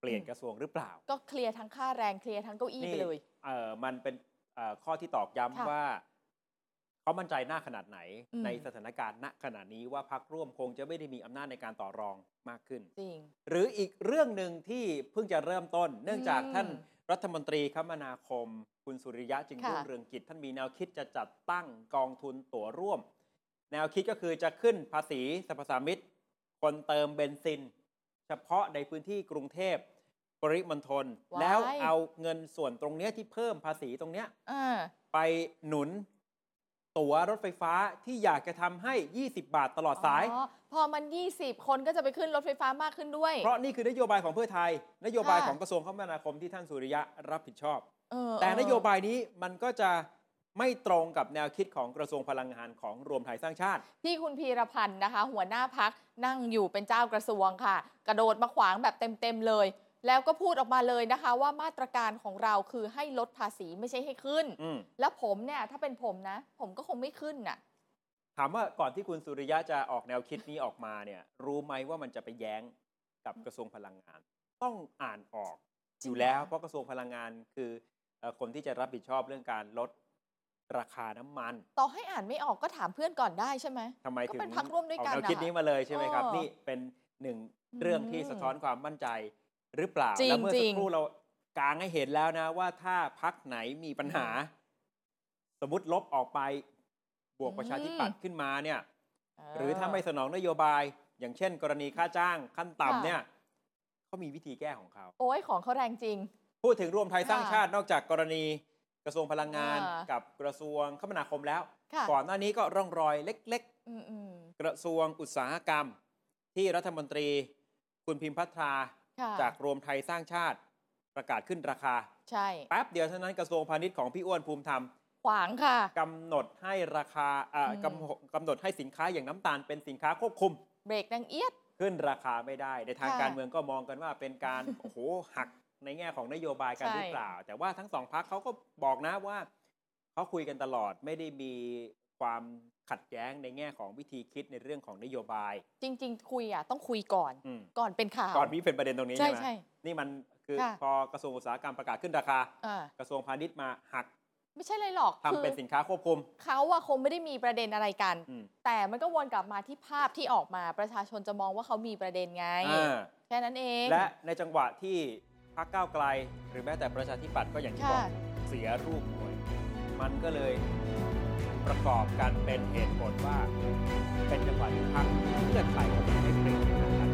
S2: เปลี่ยน
S3: อืม
S2: กระทรวงหรือเปล่า
S3: ก็เคลียร์ทั้งค่าแรงเคลียร์ทั้งเก้าอี้
S2: นี่
S3: ไปเลย
S2: เอ่อมันเป็นเอ่อข้อที่ตอกย้ำ
S3: ค่ะ
S2: ว่าเขามั่นใจหน้าขนาดไหน
S3: อืม
S2: ในสถานการณ์ณขณะนี้ว่าพักร่วมคงจะไม่ได้มีอำนาจในการต่อรองมากขึ้น
S3: จริง
S2: หรืออีกเรื่องหนึ่งที่เพิ่งจะเริ่มต้น เนื่องจาก
S3: อืม
S2: ท่านรัฐมนตรีคมนาคม คุณสุริยะจึง
S3: ค่ะ
S2: รุ่งเรืองกิจ ท่านมีแนวคิดจะจัดตั้งกองทุนตั๋วร่วม แนวคิดก็คือจะขึ้นภาษีสรรพสามิตคนเติมเบนซิน เฉพาะในพื้นที่กรุงเทพ ปริมณฑล
S3: ว้าย
S2: แล้วเอาเงินส่วนตรงเนี้ยที่เพิ่มภาษีตรงเนี้ย
S3: เออ
S2: ไปหนุน ตั๋วรถไฟฟ้าที่อยากจะทำให้ 20 บาทตลอดสาย
S3: อ๋อพอมัน 20 คนก็จะไปขึ้นรถไฟฟ้ามากขึ้นด้วย
S2: เพราะนี่คือนโยบายของเพื่อไทย นโยบาย
S3: ค่ะ
S2: ของกระทรวงคมนาคมที่ท่านสุริยะรับผิดชอบ
S3: เออ
S2: แต่
S3: เออน
S2: โยบายนี้มันก็จะไม่ตรงกับแนวคิดของกระทรวงพลังงานของรวมไทยสร้างชาติ
S3: ที่คุณพีรพันธ์นะคะ หัวหน้าพักนั่งอยู่เป็นเจ้ากระทรวงค่ะ กระโดดมาขวางแบบเต็ม ๆ เลย แล้วก็พูดออกมาเลยนะคะ ว่ามาตรการของเราคือให้ลดภาษีไม่ใช่ให้ขึ้น
S2: อืม
S3: แล้วผมเนี่ยถ้าเป็นผมนะ ผมก็คงไม่ขึ้นน่ะ
S2: ถามว่าก่อนที่คุณสุริยะจะออกแนวคิดนี้ออกมาเนี่ย รู้ไหมว่ามันจะไปแย้งกับกระทรวงพลังงาน ต้องอ่านออก
S3: จ
S2: อง
S3: ริ
S2: ยู่แล้ว
S3: เหรอ
S2: เพราะกระทรวงพลังงานคือเอ่อคนที่จะรับผิดชอบเรื่องการลดราคาน้ำมัน
S3: ต่อให้อ่านไม่ออกก็ถามเพื่อนก่อนได้ใช่ไหม
S2: ทำไม
S3: ก็
S2: ถึง
S3: เป็นพรรคร่วมด้วยกัน
S2: เอาแนวคิด
S3: นะคะ
S2: นี้มาเลยใช่ไหมครับ
S3: เออ
S2: นี่เป็นหนึ่งเรื่องที่
S3: อืม
S2: สะท้อนความมั่นใจหรือเปล่า
S3: จริง
S2: แล้วเมื่อสั
S3: จริ
S2: ก
S3: ง
S2: ครู่เรากางให้เห็นแล้วนะว่าถ้าพักไหนมีปัญหา สมมติลบออกไปบวกประชาธิปัตย์ขึ้นมาเนี่ย
S3: เห
S2: รือถ้าไม่สนองนโยบาย อย่างเช่น กรณีค่าจ้างขั้น
S3: ค่ะ
S2: ต่ำเนี่ยเขามีวิธีแก้ของเขา
S3: โอ้ยของเขาแรงจริง
S2: พูดถึงรวมไทยสร้าง
S3: ค่ะ
S2: ชาตินอกจากกรณีกระทรวงพลังงาน
S3: อ่ากั
S2: กับกระทรวงคมนาคมแล้ว
S3: ค่ะ
S2: ก่อนหน้านี้ก็ร่องรอยเล็ก
S3: อืมอืม
S2: ๆ กระทรวงอุตสาหกรรม ที่รัฐมนตรี คุณพิมพ์พัทรา
S3: ค่ะ
S2: จากรวมไทยสร้างชาติประกาศขึ้นราคา
S3: ใช่
S2: แป๊บเดียวเท่านั้นกระทรวงพาณิชย์ของพี่อ้วนภูมิธรรม
S3: ขวางค่ะ
S2: กำหนดให้ราคาเอ่ออกำ
S3: ม
S2: หนดกำหนดให้สินค้าอย่างน้ำตาลเป็นสินค้าควบคุม
S3: เบรกดังเอียด
S2: ขึ้นราคาไม่ได้ ในทาง
S3: ค่ะ
S2: การเมืองก็มองกันว่าเป็นการ โอ้โหหักในแง่ของนโยบายกันห
S3: ใช่
S2: รือเปล่า แต่ว่าทั้งสองพักเขาก็บอกนะว่าเขาคุยกันตลอดไม่ได้มีความขัดแย้งในแง่ของวิธีคิดในเรื่องของนโยบาย
S3: จริง ๆ คุยอ่ะต้องคุยก่อน
S2: อืม
S3: ก่อนเป็นข่าว
S2: ก่อนมีเป็นประเด็นตรงนี้
S3: ใช่
S2: ใช่ไหม
S3: ใช่
S2: นี่มันคือ
S3: ค่ะ
S2: พอกระทรวงอุตสาหกรรมประกาศขึ้นราคา
S3: อ่าก
S2: ระทรวงพาณิชย์มาหัก
S3: ไม่ใช่เลยหรอก
S2: ทำ
S3: คือ
S2: เป็นสินค้าควบคุม
S3: เขาอะคงไม่ได้มีประเด็นอะไรกัน
S2: อืม
S3: แต่มันก็วนกลับมาที่ภาพที่ออกมาประชาชนจะมองว่าเขามีประเด็นไง
S2: อ่า
S3: แค่นั้นเอง
S2: และในจังหวะที่พรรคก้าวไกล หรือแม้แต่ประชาธิปัตย์ก็อย่างที่บ
S3: ค่ะ
S2: อกเสียรูปหวย มันก็เลยประกอบกันเป็นเหตุผลว่า เป็นจังหวะที่พรรคเพื่อไทยกับพรรคเพื่อเปลี่ยนนะครับ